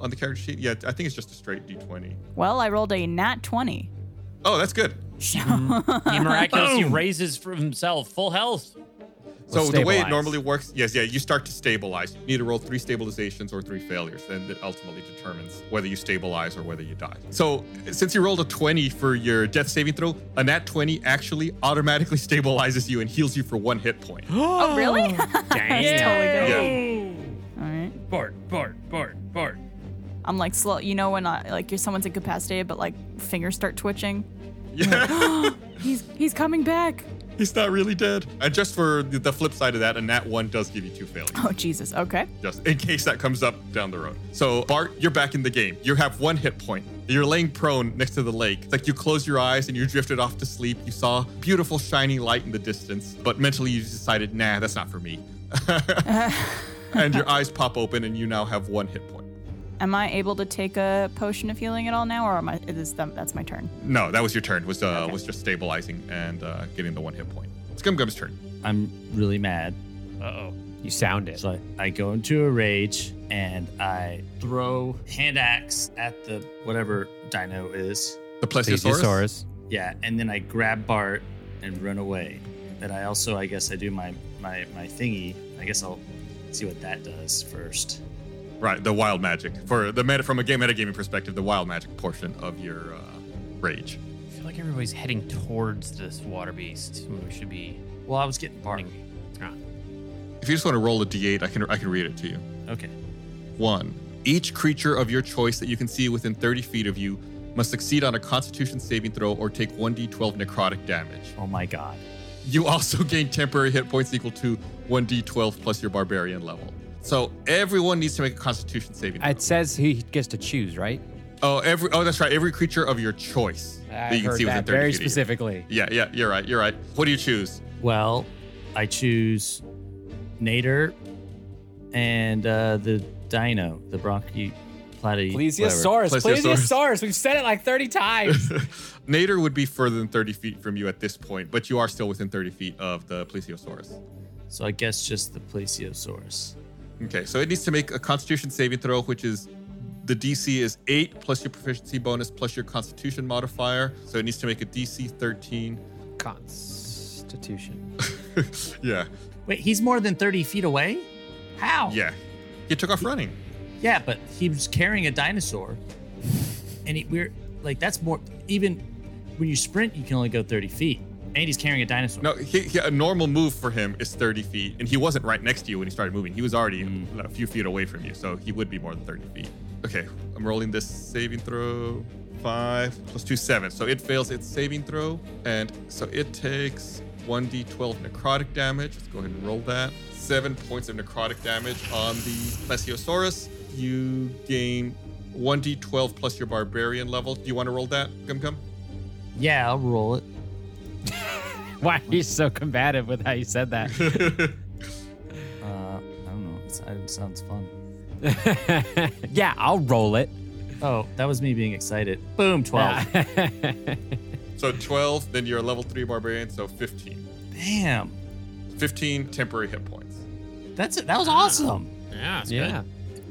B: on the character sheet? Yeah, I think it's just a straight D20.
C: Well, I rolled a
B: (gasps)
C: nat twenty.
B: Oh, that's good.
C: So
E: He miraculously raises for himself full health.
B: So
F: Well,
B: the way it
F: stabilize.
B: normally works, yes, yeah, you start to stabilize. You need to roll three stabilizations or three failures, and it ultimately determines whether you stabilize or whether you die. So since you rolled a 20 for your death saving throw, a nat 20 actually automatically (laughs) stabilizes you and heals you for one hit point.
C: oh, really?
E: Dang.
C: (laughs) That's totally good.
B: Yeah.
C: All right.
E: Bart, Bart, Bart, Bart.
C: I'm like slow. You know when I, like you're someone's incapacitated, but like fingers start twitching.
B: Yeah, (laughs)
C: He's he's coming back.
B: he's not really dead. And just for the the flip side of that, a nat 1 does give you two failures,
C: Oh Jesus. Okay.
B: just in case that comes up down the road. So Bart, you're back in the game. You have one hit point. You're laying prone next to the lake. It's like you close your eyes and you drifted off to sleep. You saw beautiful shining light in the distance, but mentally you decided, nah, that's not for me. (laughs) and your eyes pop open and you now have one hit point.
C: Am I able to take a potion of healing at all now, or am I? Is them, that's my turn.
B: No, that was your turn. Was uh, was just stabilizing and uh, getting the one hit point. It's Gum Gum's turn.
D: I'm really mad.
E: Uh oh.
F: You sound it.
D: So I go into a rage and I throw hand axe at the whatever dino is.
B: The (laughs) Plesiosaurus.
D: Yeah, and then I grab Bart and run away. And I also, I guess, I do my my my thingy. I guess I'll see what that does first.
B: Right, the wild magic for the meta from a game metagaming perspective, the wild magic portion of your uh, rage.
E: I feel like everybody's heading towards this water beast. We should be.
D: Well, I was getting Bart.
E: Ah,
B: If you just want to roll a d8, I can I can read it to you.
D: Okay.
B: One, each creature of your choice that you can see within 30 feet of you must succeed on a Constitution saving throw or take 1d12 necrotic damage.
D: Oh my god.
B: You also (laughs) gain temporary hit points equal to 1d12 plus your barbarian level. So everyone needs to make a Constitution saving. throw.
F: It says he gets to choose, right?
B: oh, every oh that's right, every creature of your choice that
F: I
B: you can
F: heard
B: see within
F: that
B: 30
F: very
B: feet. of you.
F: specifically.
B: Yeah, yeah, you're right, you're right. What do you choose?
D: Well, I choose Nader and uh, the dino, the Bronchi platy.
F: Plesiosaurus.
B: Plesiosaurus.
F: Plesiosaurus. We've said it like 30 (laughs) times.
B: Nader would be further than 30 feet from you at this point, but you are still within 30 feet of the plesiosaurus.
D: So I guess just the plesiosaurus.
B: Okay, so it needs to make a constitution saving throw, which is the DC is 8 plus your proficiency bonus plus your constitution modifier. So it needs to make a DC 13.
F: Constitution.
B: yeah,
D: Wait, he's more than 30 feet away? How?
B: yeah. He took off running.
D: Yeah, but he was carrying a dinosaur. And he, we're like, that's more, even when you sprint, you can only go 30 feet. And he's carrying a dinosaur.
B: No, he, he- a normal move for him is 30 feet, and he wasn't right next to you when he started moving. He was already a few feet away from you, so he would be more than 30 feet. Okay, I'm rolling this saving throw. Five plus two, seven. So it fails its saving throw. And so it takes 1d12 necrotic damage. Let's go ahead and roll that. Seven points of necrotic damage on the Plesiosaurus. You gain 1d12 plus your barbarian level. Do you want to roll that, Gum Gum?
D: Yeah, I'll roll it.
F: Why are you so combative with how you said (laughs) that?
I: Uh, I don't know. It's, it sounds fun.
F: yeah, I'll roll it.
D: Oh, that was me being excited. Boom,
F: (laughs)
D: 12.
B: So 12, then you're a level 3 barbarian, so 15.
D: Damn.
B: 15 temporary hit points.
D: That's it. That was awesome.
E: Yeah, it's
F: yeah.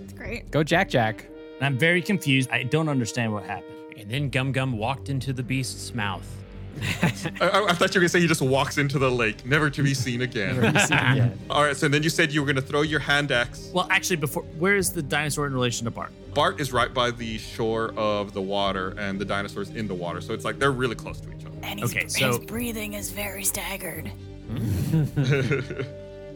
C: It's great.
F: Go Jack Jack.
D: And I'm very confused. I don't understand what happened.
E: good. And then Gum Gum walked into the beast's mouth.
B: I, I- I thought you were going to say he just walks into the lake, never to be seen again. (laughs)
F: yeah.
B: All right, so then you said you were going to throw your hand axe.
D: Well, actually, before, where is the dinosaur in relation to Bart?
B: Bart is right by the shore of the water, and the dinosaur's in the water. So it's like they're really close to each
H: And his,
D: Okay,
H: his
D: so-
H: breathing is very staggered.
B: other.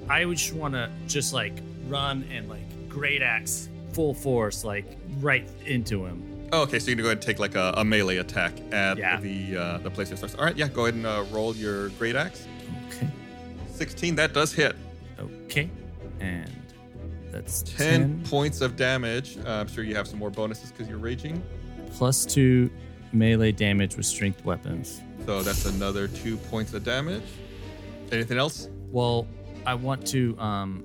D: I would just want to just like run and like great axe full force, like right into him.
B: okay, so you're going to go ahead and take like a, a melee attack at
D: Yeah.
B: the uh, the place it starts. All right, yeah, go ahead and uh, roll your great axe.
D: Okay.
B: 16, that does hit.
D: Okay. And that's
B: 10 points of damage. Uh, I'm sure you have some more bonuses because you're raging.
D: plus two melee damage with strength weapons.
B: So that's another two points of damage. Anything else?
D: Well, I want to um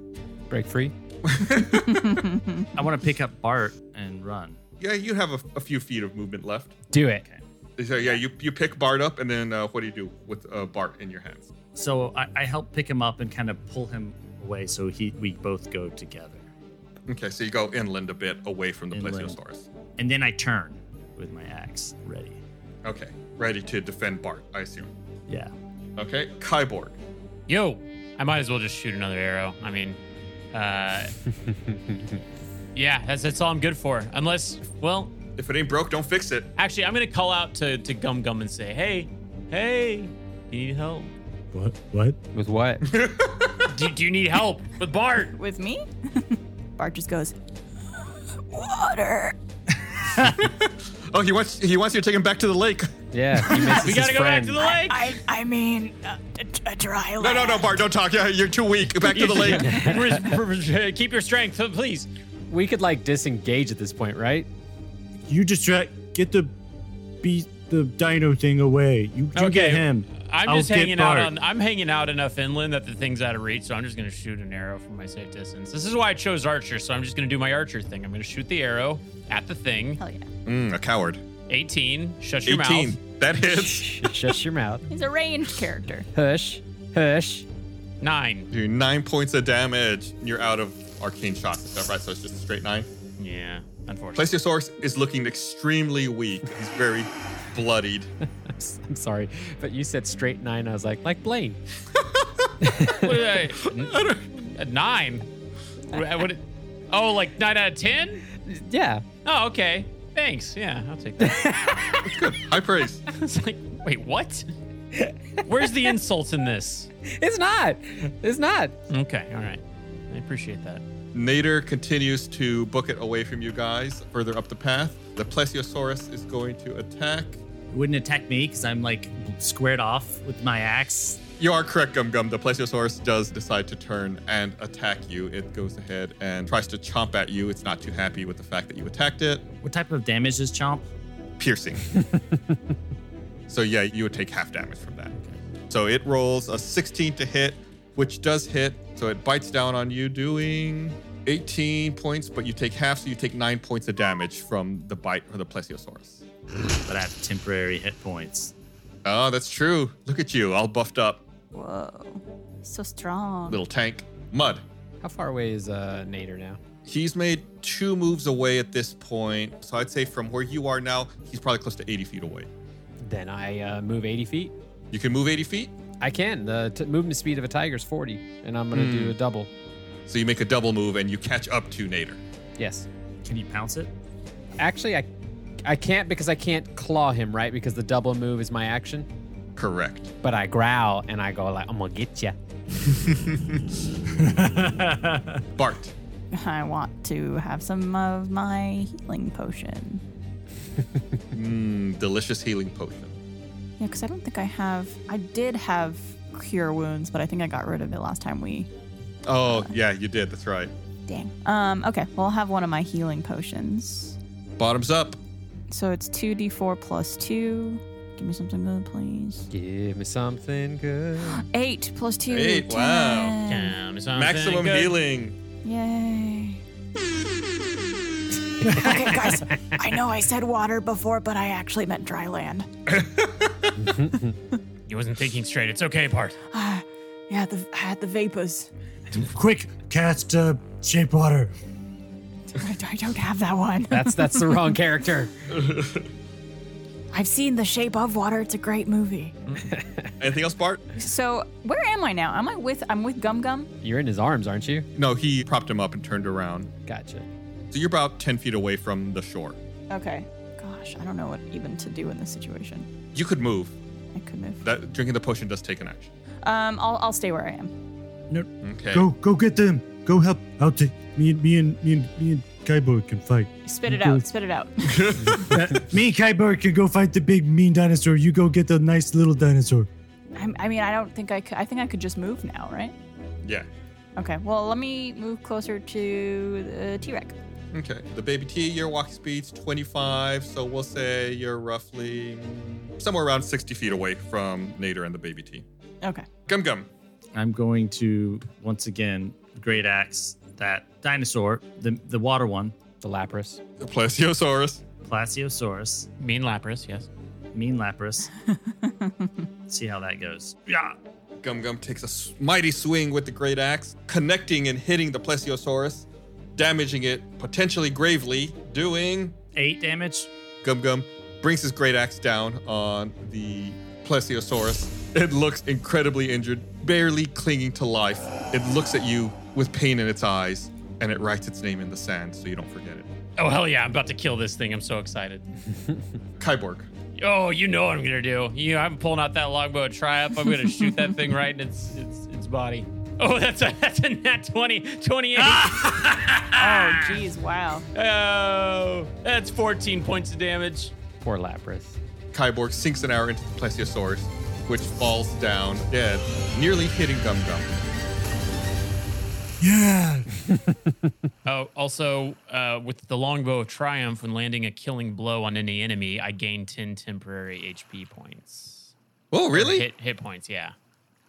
F: Break free.
D: I want to pick up Bart and run.
B: Yeah, you have a, a few feet of movement left.
F: Do it.
B: So yeah, you, you pick Bart up, and then uh, what do you do with uh, Bart in your hands?
D: So I, I help pick him up and kind of pull him away so he we both go together.
B: Okay, so you go inland a bit away from the
D: Inland.
B: plesiosaurus.
D: And then I turn with my axe ready.
B: Okay, ready to defend Bart, I assume.
D: Yeah.
B: Okay, Kyborg.
E: Yo, I might as well just shoot another arrow. I mean,
F: (laughs)
E: uh, yeah, that's that's all I'm good for. Unless, well,
B: If it ain't broke, don't fix it.
E: actually, I'm gonna call out to to Gum Gum and say, hey, hey, do you need help?
G: What? What?
F: With (laughs) what?
E: Do, do you need help with Bart?
C: With me? (laughs) Bart just goes,
H: Water.
B: Oh, he wants he wants you to take him back to the lake.
F: Yeah. He misses
E: We gotta
F: his
E: go back
F: friend.
E: to the lake.
H: I I mean, a, a, a dry
B: No, no, no, Bart, don't talk. Yeah, you're too weak. Back to the
E: (laughs)
B: (laughs) lake.
E: lake. (laughs) Keep your strength, please.
F: We could like disengage at this point, right?
G: You distract. Get the beat the dino thing away. You, you
E: Okay.
G: get him.
E: I'm
D: Oh,
G: I'll
E: just
G: get
E: hanging out
G: Bart.
E: on. I'm hanging out enough inland that the thing's out of reach, so I'm just gonna shoot an arrow from my safe distance. This is why I chose archer, so I'm just gonna do my archer thing. I'm gonna shoot the arrow at the thing.
C: hell yeah.
B: Mm, a coward.
E: 18. Shut your mouth.
B: 18. That hits.
F: Shut your mouth.
C: He's a ranged character.
F: Hush. Hush.
E: Nine.
B: Do nine points of damage. and You're out of arcane shots and stuff, right? So it's just a straight nine.
E: Yeah,
B: (laughs)
E: unfortunately.
B: Plesiosaurus is looking extremely weak. He's very bloodied.
F: I'm sorry, but you said straight nine. I was like, like Blaine.
E: What did I- n- a nine. What- I would- oh, like nine out of ten?
F: (laughs) Yeah.
E: Oh, okay. Thanks. Yeah, I'll take that. (laughs)
B: High praise.
E: it's like, wait, what? Where's the insults in this?
F: It's not. It's not.
E: Okay, all right. I appreciate that.
B: Nader continues to book it away from you guys further up the path. The Plesiosaurus is going to attack.
D: It wouldn't attack me because I'm like squared off with my axe.
B: You are correct, Gum Gum. The Plesiosaurus does decide to turn and attack you. It goes ahead and tries to chomp at you. It's not too happy with the fact that you attacked it.
D: What type of damage is chomp?
B: Piercing. so, yeah, you would take half damage from that. So, it rolls a 16 to hit, which does hit. So, it bites down on you, doing 18 points, but you take half, so you take nine points of damage from the bite of the Plesiosaurus.
D: But I have temporary hit points.
B: Oh, that's true. Look at you, all buffed up,
C: Whoa. So strong.
B: little tank. Mud.
F: How far away is uh Nader now?
B: He's made two moves away at this point. So I'd say from where you are now, he's probably close to 80 feet away.
F: Then I uh, move 80 feet.
B: You can move 80 feet.
F: I can. The t- movement speed of a tiger is 40, and I'm gonna do a double.
B: So you make a double move and you catch up to Nader.
F: Yes.
D: Can you pounce it?
F: Actually, I, I can't because I can't claw him, right? Because the double move is my action.
B: Correct.
F: But I growl and I go like, I'm gonna get ya.
B: Bart.
C: (laughs) I want to have some of my healing potion.
B: Mmm, delicious healing potion.
C: Yeah, because I don't think I have. I did have cure wounds, but I think I got rid of it last time we.
B: Oh, yeah, you did. That's right.
C: Dang. Um. Okay. Well, I'll have one of my healing potions.
B: Bottoms up.
C: So it's two d4 plus two. Give me something good, please.
F: Give me something good.
C: Eight plus two.
B: Eight, wow.
C: ten.
E: Damn, Um, it's not
B: Maximum
E: good.
B: healing.
C: Yay. okay, guys. I know I said water before, but I actually meant dry land.
E: You wasn't thinking straight. It's okay, Bart.
C: Ah, yeah, the, I had the vapors. (laughs)
G: Quick, cast uh, shape water.
C: I, I don't have that one.
F: That's that's the wrong character.
C: I've seen The Shape of Water. It's a great movie.
B: Anything else, Bart?
C: So where am I now? Am I with? I'm with Gum Gum.
F: You're in his arms, aren't you?
B: No, he propped him up and turned around.
F: Gotcha.
B: So you're about 10 feet away from the shore.
C: Okay. Gosh, I don't know what even to do in this situation.
B: You could move.
C: I could move.
B: That Drinking the potion does take an action.
C: Um, I'll I'll stay where I am.
G: No,
B: Okay.
G: go, go get them. Go help out. The, me and me and me and me and Kyborg can fight.
C: Spit it out. Spit it out. (laughs)
G: Uh, me and Kyborg can go fight the big mean dinosaur. You go get the nice little dinosaur.
C: I, I mean, I don't think I could. I think I could just move now, right?
B: Yeah.
C: Okay. Well, let me move closer to the T Rex.
B: Okay. The baby T, your walking speed's 25, so we'll say you're roughly mm, somewhere around 60 feet away from Nader and the baby T.
C: Okay. Oh,
B: Gum Gum.
D: I'm going to once again great axe that dinosaur, the the water one,
F: The Lapras.
B: The Plesiosaurus.
D: Plesiosaurus,
E: Mean Lapras, yes.
D: mean Lapras. See how that goes. Yeah.
B: Gum Gum takes a s- mighty swing with the great axe, connecting and hitting the Plesiosaurus, damaging it potentially gravely, doing
D: Eight damage.
B: Gum Gum brings his great axe down on the Plesiosaurus. It looks incredibly injured, barely clinging to life. It looks at you with pain in its eyes, and it writes its name in the sand so you don't forget it.
E: Oh, hell yeah. I'm about to kill this thing. I'm so excited.
B: Kyborg.
E: Oh, you know what I'm going to do. You know, I'm pulling out that longbow try up. I'm going to shoot that thing right in its, its, its body. Oh, that's a, that's a nat 20, 28.
C: Oh, geez, wow.
E: Oh, that's 14 points of damage.
F: Poor Lapras.
B: Kyborg sinks an arrow into the Plesiosaurus, which falls down dead, nearly hitting Gum Gum.
G: Yeah.
E: Oh, also, uh, with the longbow of triumph, when landing a killing blow on any enemy, I gain 10 temporary HP points.
B: Oh, really?
E: Hit, hit points, yeah.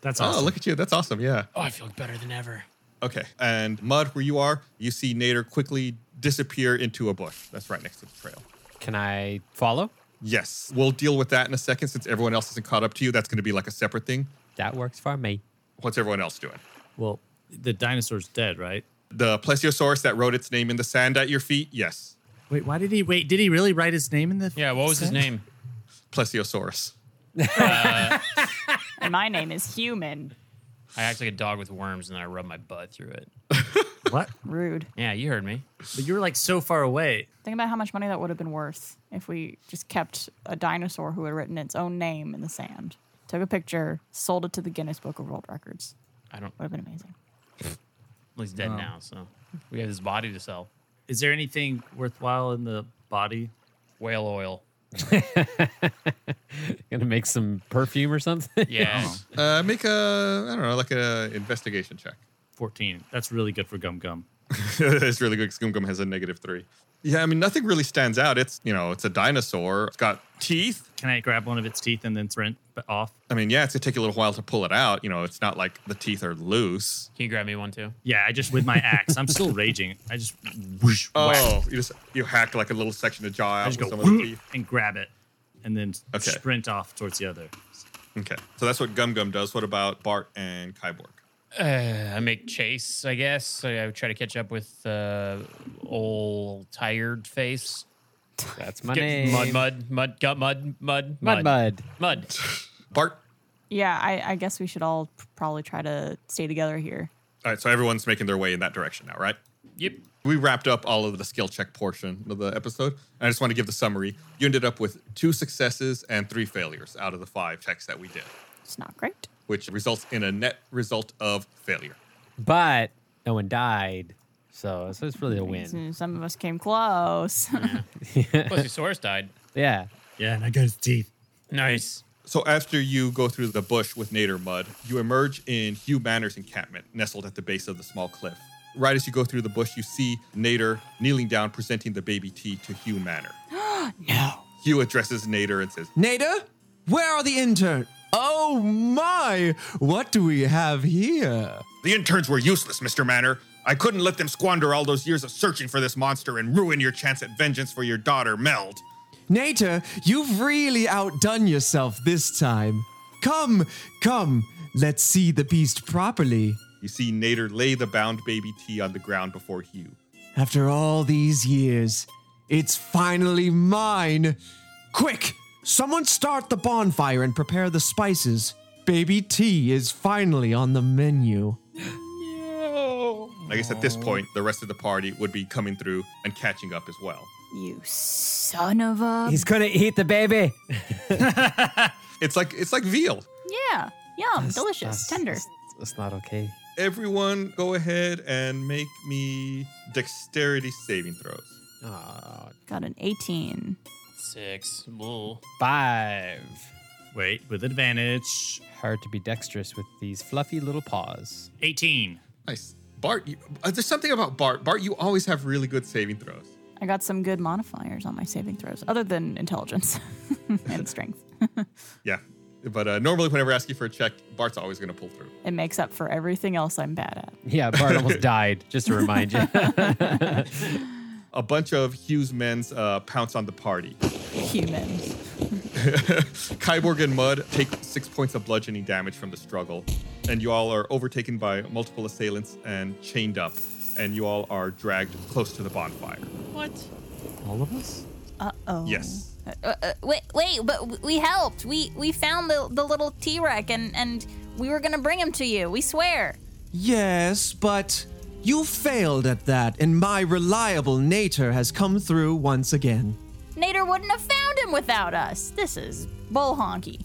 D: That's
B: Oh,
D: awesome.
B: look at you. That's awesome. Yeah.
E: Oh, I feel better than ever.
B: Okay. And Mud, where you are, you see Nader quickly disappear into a bush. That's right next to the trail.
F: Can I follow?
B: Yes. We'll deal with that in a second since everyone else isn't caught up to you. That's going to be like a separate thing.
F: That works for me.
B: What's everyone else doing?
D: Well, the dinosaur's dead, right?
B: The plesiosaurus that wrote its name in the sand at your feet? Yes.
D: Wait, why did he wait? Did he really write his name in the?
E: Yeah, what was his name?
B: Plesiosaurus.
C: And my name is Human.
E: I act like a dog with worms and then I rub my butt through it.
D: (laughs) What?
C: Rude.
E: Yeah, you heard me.
D: But you were like so far away.
C: Think about how much money that would have been worth if we just kept a dinosaur who had written its own name in the sand, took a picture, sold it to the Guinness Book of World Records.
E: I don't.
C: Would have been amazing.
E: Well, he's dead now, so we have his body to sell.
D: Is there anything worthwhile in the body?
E: Whale oil.
F: Gonna make some perfume or something? (laughs)
E: Yeah.
B: Uh, make a, I don't know, like a investigation check. (laughs)
D: Fourteen. That's really good for Gum Gum.
B: it's really good because Gum Gum has a negative three. Yeah, I mean, nothing really stands out. It's, you know, it's a dinosaur. It's got teeth.
D: Can I grab one of its teeth and then sprint off?
B: I mean, yeah, it's going to take you a little while to pull it out. You know, it's not like the teeth are loose.
E: Can you grab me one too?
D: Yeah, I just with my axe. I'm still raging. I just whoosh,
B: Oh, (laughs)
D: whack.
B: you just you hack like a little section of jaw out
D: I just
B: with
D: go
B: some of the
D: whoo-
B: teeth.
D: and grab it, and then
B: Okay.
D: sprint off towards the other.
B: Okay, so that's what Gum Gum does. What about Bart and Kyborg?
E: Uh, I make chase, I guess. So I would try to catch up with uh, old tired face.
F: That's my
E: Get
F: name.
E: mud, mud, mud, gut, mud, mud,
F: Mud, mud.
E: mud.
B: Bart.
C: Yeah, I, I guess we should all p- probably try to stay together here.
B: All right, so everyone's making their way in that direction now, right?
E: Yep.
B: We wrapped up all of the skill check portion of the episode. I just want to give the summary. You ended up with two successes and three failures out of the five checks that we did,
C: It's not great.
B: which results in a net result of failure.
F: But no one died. So it's, it's really a win.
C: So Some of us came close. (laughs)
E: Plus, Saurus died.
F: yeah.
G: Yeah, and I got his teeth.
E: Nice.
B: So after you go through the bush with Nader Mud, you emerge in Hugh Manor's encampment, nestled at the base of the small cliff. Right as you go through the bush, you see Nader kneeling down, presenting the baby tea to Hugh Manor.
J: No.
B: Hugh addresses Nader and says,
J: Nada, where are the intern? Oh my! What do we have here?
B: The interns were useless, Mr. Manor. I couldn't let them squander all those years of searching for this monster and ruin your chance at vengeance for your daughter, Meld.
J: Nada, you've really outdone yourself this time. Come, come, let's see the beast properly.
B: You see Nader lay the bound baby T on the ground before Hugh.
J: After all these years, it's finally mine. Quick, someone start the bonfire and prepare the spices. Baby tea is finally on the menu.
B: I guess at this point, the rest of the party would be coming through and catching up as well.
H: You son of
C: Um,
H: a.
F: He's gonna eat the baby.
B: It's like it's like veal.
C: yeah. Yum. Delicious. Tender.
F: That's, that's not okay.
B: Everyone, go ahead and make me dexterity saving throws.
F: Aw,
C: Got an 18.
E: Six. Bull.
F: five.
D: Wait, with advantage.
F: Hard to be dexterous with these fluffy little paws.
D: 18.
B: Nice, Bart. You, uh, there's something about Bart. Bart, you always have really good saving throws.
C: I got some good modifiers on my saving throws, other than intelligence (laughs) and strength.
B: Yeah, but uh, normally whenever I ask you for a check, Bart's always going to pull through.
C: it makes up for everything else I'm bad at. (laughs)
F: Yeah,
E: (laughs)
F: Bart almost died, just to remind you.
B: A bunch of Hughes men's uh, pounce on the party.
C: Humans.
B: Kyborg and Mud take six points of bludgeoning damage from the struggle, and you all are overtaken by multiple assailants and chained up, and you all are dragged close to the bonfire.
I: All of us?
C: Uh oh.
B: Yes.
H: Uh, uh, wait, wait, but w- we helped. We we found the, the little T Rex and, and we were gonna bring him to you. We swear.
J: Yes, but you failed at that, and my reliable Nater has come through once again.
H: Nader wouldn't have found him without us. This is bull honky.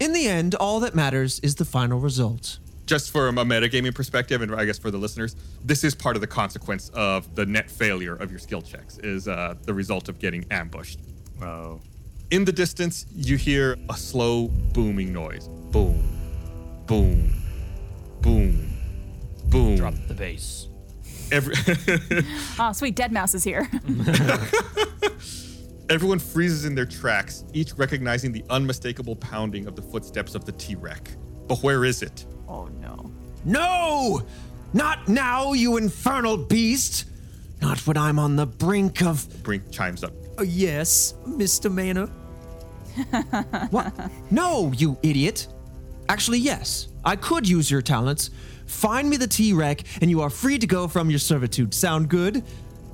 J: In the end, all that matters is the final result.
B: just from a metagaming perspective, and I guess for the listeners, this is part of the consequence of the net failure of your skill checks is uh, the result of getting ambushed.
D: Oh.
B: In the distance, you hear a slow booming noise. Boom, boom, boom, boom.
E: Drop the base.
B: Every, (laughs)
C: Oh, sweet. Dead Mouse is here.
B: everyone freezes in their tracks, each recognizing the unmistakable pounding of the footsteps of the T-Rex. But where is it?
C: (laughs) oh no.
J: No! Not now, you infernal beast! Not when I'm on the brink of.
B: Brink chimes up.
J: Uh, yes, Mr. Manor. what? No, you idiot! Actually, yes, I could use your talents. Find me the T Rex, and you are free to go from your servitude. Sound good?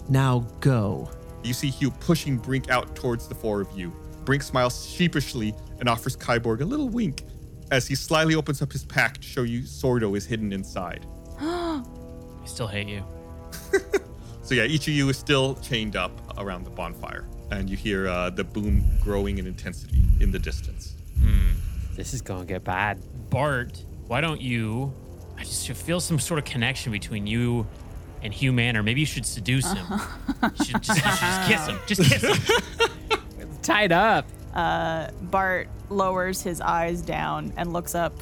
J: Now go.
B: You see Hugh pushing Brink out towards the four of you. Brink smiles sheepishly and offers Kyborg a little wink as he slyly opens up his pack to show you Sordo is hidden inside.
E: I still hate you.
B: So, yeah, each of you is still chained up around the bonfire, and you hear uh, the boom growing in intensity in the distance.
F: this is gonna get bad.
E: Bart, why don't you? I just feel some sort of connection between you and Hugh Manor. Maybe you should seduce him. You should just, you should just kiss him. Just kiss him.
F: Tied up.
C: Bart lowers his eyes down and looks (gasps) up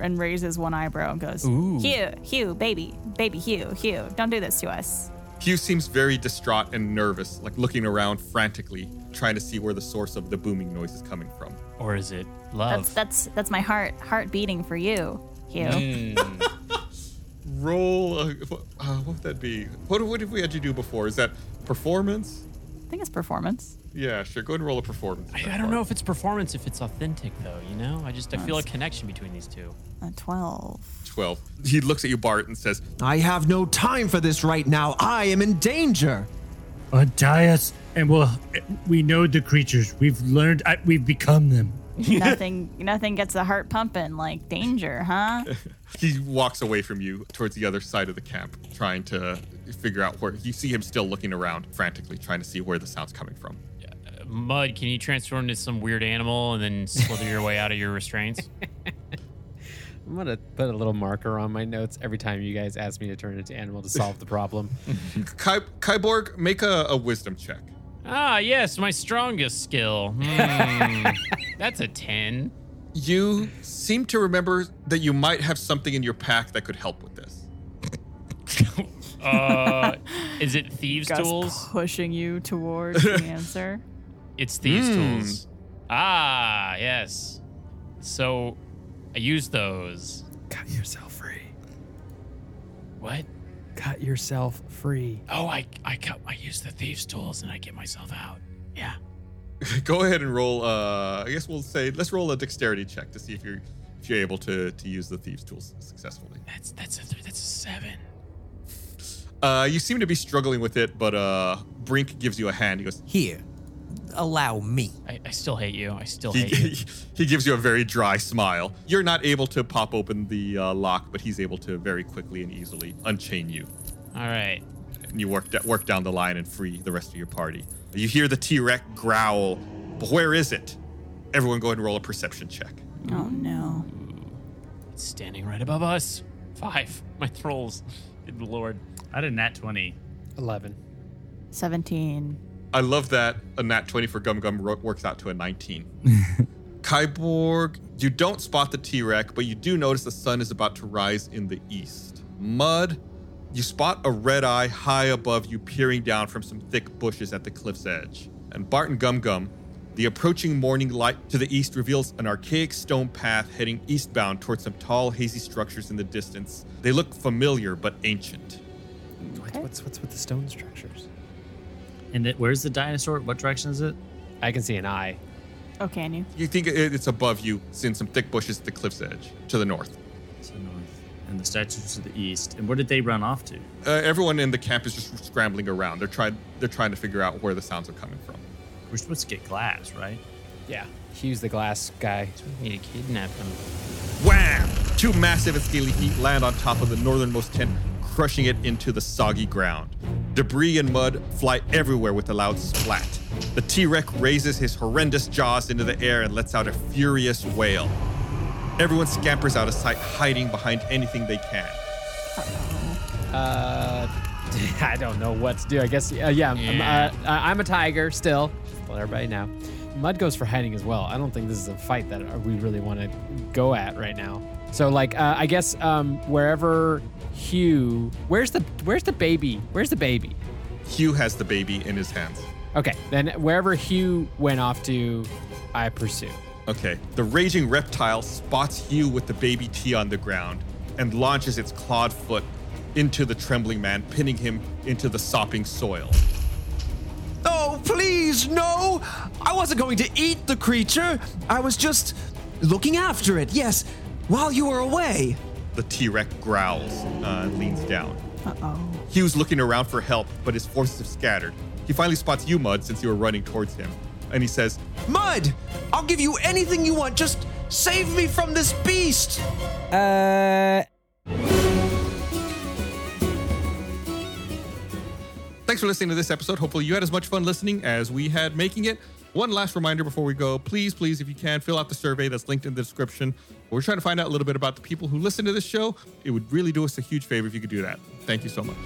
C: and raises one eyebrow and goes,
H: Hugh, Hugh, baby,
C: Baby Hugh, Hugh, don't do this to us.
B: Hugh seems very distraught and nervous, like looking around frantically, trying to see where the source of the booming noise is coming from.
E: or is it love?
H: That's that's that's my heart heart beating for you, Hugh.
B: Roll, uh, wh- uh, what would that be? What, what did we had you do before? Is that performance?
C: I think it's performance.
B: Yeah, sure. Go ahead and roll a performance.
E: I, I don't know if it's performance, if it's authentic though. You know, I just I feel a connection between these two.
C: A (laughs) 12.
B: 12. He looks at you, Bart, and says,
J: I have no time for this right now. I am in danger.
G: Untie us, and we'll. We know the creatures. We've learned. I, we've become them.
C: nothing nothing gets the heart pumping like danger, (laughs) huh?
B: He walks away from you towards the other side of the camp, trying to figure out where. You see him still looking around frantically, trying to see where the sound's coming from.
E: Mud, can you transform into some weird animal and then slither your way out of your restraints?
F: I'm gonna put a little marker on my notes every time you guys ask me to turn into animal to solve
E: (laughs)
F: the problem.
B: Ky- Kyborg, make a, a wisdom check.
E: Ah, yes, my strongest skill. Hmm. That's a 10.
B: You seem to remember that you might have something in your pack that could help with this.
E: Uh, is it thieves'
C: Gus
E: tools?
C: pushing you (laughs) towards the answer.
E: It's thieves' tools. Ah, yes. So I use those.
F: Cut yourself free.
E: What?
F: Cut yourself free.
E: Oh, I I cut. I use the thieves' tools and I get myself out. Yeah.
B: (laughs) Go ahead and roll. Uh, I guess we'll say let's roll a dexterity check to see if you're if you're able to to use the thieves' tools successfully.
E: That's that's a th- that's a seven.
B: Uh, you seem to be struggling with it, but uh, Brink gives you a hand. He goes.
K: Here, allow me.
E: I, I still hate you. I still
B: He,
F: (laughs)
E: hate you.
B: (laughs) he gives you a very dry smile. You're not able to pop open the uh, lock, but he's able to very quickly and easily unchain you.
E: All right.
B: and you work, da- work down the line and free the rest of your party. You hear the T Rex growl, but where is it? Everyone go ahead and roll a perception check.
C: Oh no.
E: It's standing right above us. Five. My trolls. (laughs) Good lord.
D: I did nat 20.
F: Eleven.
C: 17.
B: I love that a nat 20 for Gum Gum ro- works out to a 19. Kyborg, you don't spot the T Rex, but you do notice the sun is about to rise in the east. Mud, you spot a red eye high above you peering down from some thick bushes at the cliff's edge. And Barton Gum Gum, the approaching morning light to the east reveals an archaic stone path heading eastbound towards some tall, hazy structures in the distance. They look familiar but ancient.
F: What's, what's what's with the stone structures?
D: And it, where's the dinosaur? What direction is it?
F: I can see an eye.
C: Oh, can you?
B: You think it- it's above you, it's in some thick bushes at the cliff's edge to the north.
D: To the north. And the statue to the east. And where did they run off to?
B: uh, everyone in the camp is just scrambling around. They're trying they're trying to figure out where the sounds are coming from.
D: We're supposed to get glass, right?
F: Yeah. Hughes the glass guy.
E: We need to kidnap them.
B: Wham! Two massive and scaly feet land on top of the northernmost tent, crushing it into the soggy ground. Debris and mud fly everywhere with a loud splat. The T-Rex raises his horrendous jaws into the air and lets out a furious wail. Everyone scampers out of sight, hiding behind anything they can.
F: Uh, (laughs) I don't know what to do. I guess uh, yeah. I'm,
E: Yeah.
F: uh, I- I'm a tiger still. Just let everybody know. Mud goes for hiding as well. I don't think this is a fight that uh, we really want to go at right now. So like, uh, I guess um, wherever Hugh, where's the where's the baby? Where's the baby?
B: Hugh has the baby in his hands.
F: Okay, then wherever Hugh went off to, I pursue.
B: Okay. The raging reptile spots Hugh with the baby T on the ground and launches its clawed foot into the trembling man, pinning him into the sopping soil.
J: Oh, please, no! I wasn't going to eat the creature. I was just looking after it, yes, while you were away.
B: The T Rex growls uh, and leans down.
C: Uh oh.
B: Hugh's looking around for help, but his forces have scattered. He finally spots you, Mud, since you were running towards him, and he says,
J: Mud, I'll give you anything you want. Just save me from this beast.
K: Uh,
B: Thanks for listening to this episode. Hopefully, you had as much fun listening as we had making it. One last reminder before we go please, please, if you can, fill out the survey that's linked in the description. We're trying to find out a little bit about the people who listen to this show. It would really do us a huge favor if you could do that. Thank you so much.